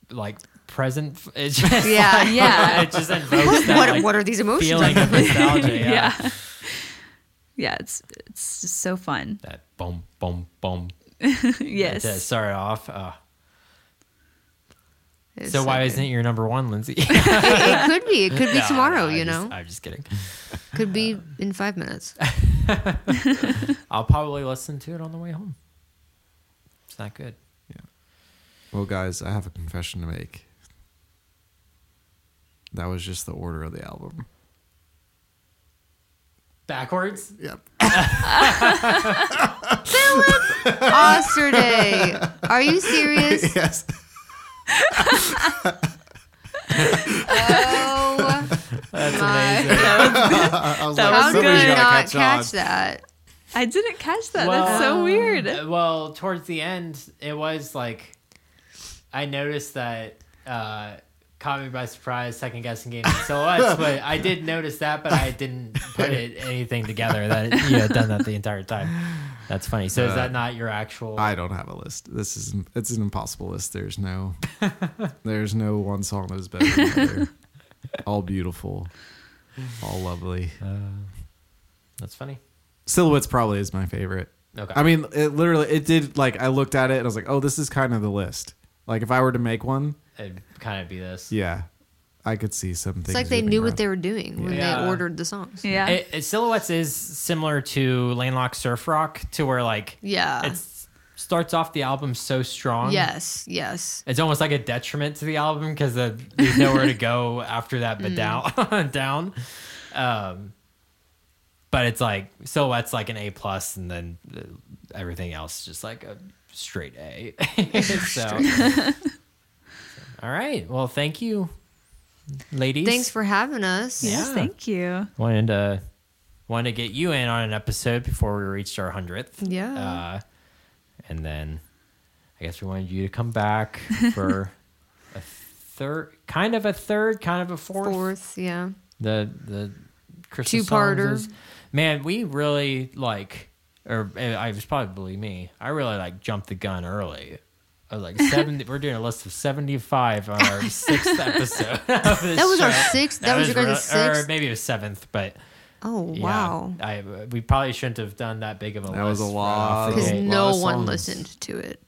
S2: like present. f- It's just
S3: Yeah,
S2: like,
S4: yeah.
S2: It just invokes that
S3: what
S2: like,
S3: what are these emotions?
S2: feeling of nostalgia. Yeah.
S4: Yeah. Yeah, it's it's just so fun.
S2: That boom, boom, boom.
S4: yes.
S2: To start it off. Uh,
S3: It's
S2: so why
S3: good.
S2: isn't it your number one, Lindsay?
S3: it, it could be? It could be
S2: No,
S3: tomorrow.
S2: no, I'm
S3: you
S2: just-
S3: know,
S2: I'm just kidding.
S3: could be in five minutes.
S2: I'll probably listen to it on the way home. It's not good.
S1: Well, guys, I have a confession to make. That was just the order of the album.
S2: Backwards?
S1: Yep.
S3: Osterday. Are you serious?
S1: yes.
S3: Oh,
S2: That's
S3: My.
S2: amazing.
S1: Uh, I was like,
S4: That was
S3: how did
S1: somebody's
S3: you
S1: gotta
S3: not catch,
S1: catch on.
S3: that?
S4: I didn't catch that. That's so weird.
S2: uh, Well, towards the end, it was like I noticed that uh, caught me by surprise, second guessing game silhouettes. but I did notice that, but I didn't put it, anything together that you had done that the entire time. That's funny. So is that not your actual?
S1: Uh, I don't have a list. This is it's an impossible list. There's no there's no one song that is better than the other. All beautiful. All lovely.
S2: uh, that's funny.
S1: Silhouettes probably is my favorite.
S2: Okay.
S1: I mean, it literally it did like I looked at it and I was like, "Oh, this is kind of the list." Like if I were to make one,
S2: It'd kind of be this.
S1: yeah. I could see something.
S3: It's like they knew what they were doing when
S2: Yeah.
S3: they ordered the songs.
S4: Yeah.
S2: It, it- silhouettes is similar to Landlocked Surf Rock, to where like
S3: Yeah.
S2: it starts off the album so strong.
S3: yes. Yes.
S2: it's almost like a detriment to the album because the, there's nowhere to go after that
S3: Mm.
S2: but down down um but it's like so that's like an a plus and then uh, everything else is just like a straight a so all right well thank you ladies
S3: Thanks for having us.
S2: Yeah.
S4: Thank you.
S2: wanted to wanted to get you in on an episode before we reached our 100th
S3: Yeah.
S2: uh, and then I guess we wanted you to come back for a third, kind of a third, kind of a fourth.
S3: Fourth. Yeah.
S2: The the Christmas
S3: Two-parter.
S2: songs is- Man, we really like, or uh, I was probably me. I really like jumped the gun early. I was like seventy. we're doing a list of seventy-five on our sixth episode. Of this
S3: That was our
S2: show.
S3: sixth? That was your guys'
S2: real- Or
S3: sixth?
S2: maybe it was seventh, but.
S3: Oh
S2: yeah,
S3: wow.
S2: I we probably shouldn't have done that big of a list.
S1: That was a
S2: right off
S1: lot.
S2: the
S3: Because
S1: a
S2: gate.
S1: lot
S3: no
S1: of
S3: one
S1: songs.
S3: listened to it.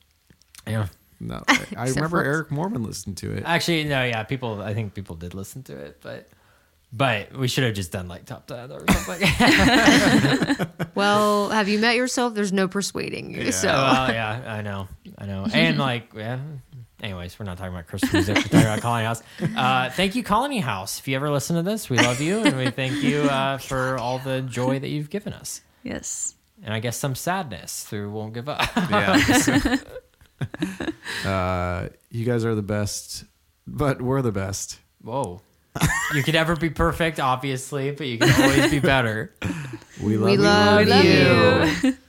S2: Yeah.
S1: No, I, I
S3: Except
S1: remember
S3: for-
S1: Eric Mormon listened to it.
S2: Actually, no, yeah, people. I think people did listen to it, but but we should have just done like top ten or something.
S3: Well, have you met yourself? There's no persuading you.
S1: Yeah.
S3: So
S2: well, yeah, I know, I know, and like, yeah. Anyways, we're not talking about Christmas music. We're talking about Colony House. Uh, thank you, Colony House. If you ever listen to this, we love you, and we thank you uh, for all the joy that you've given us,
S4: Yes.
S2: and I guess some sadness through "Won't Give Up."
S1: Yeah. uh, you guys are the best, but we're the best.
S2: Whoa, you can never be perfect, obviously, but you can always be better.
S1: We love,
S3: we
S1: you.
S3: love,
S4: love
S3: you.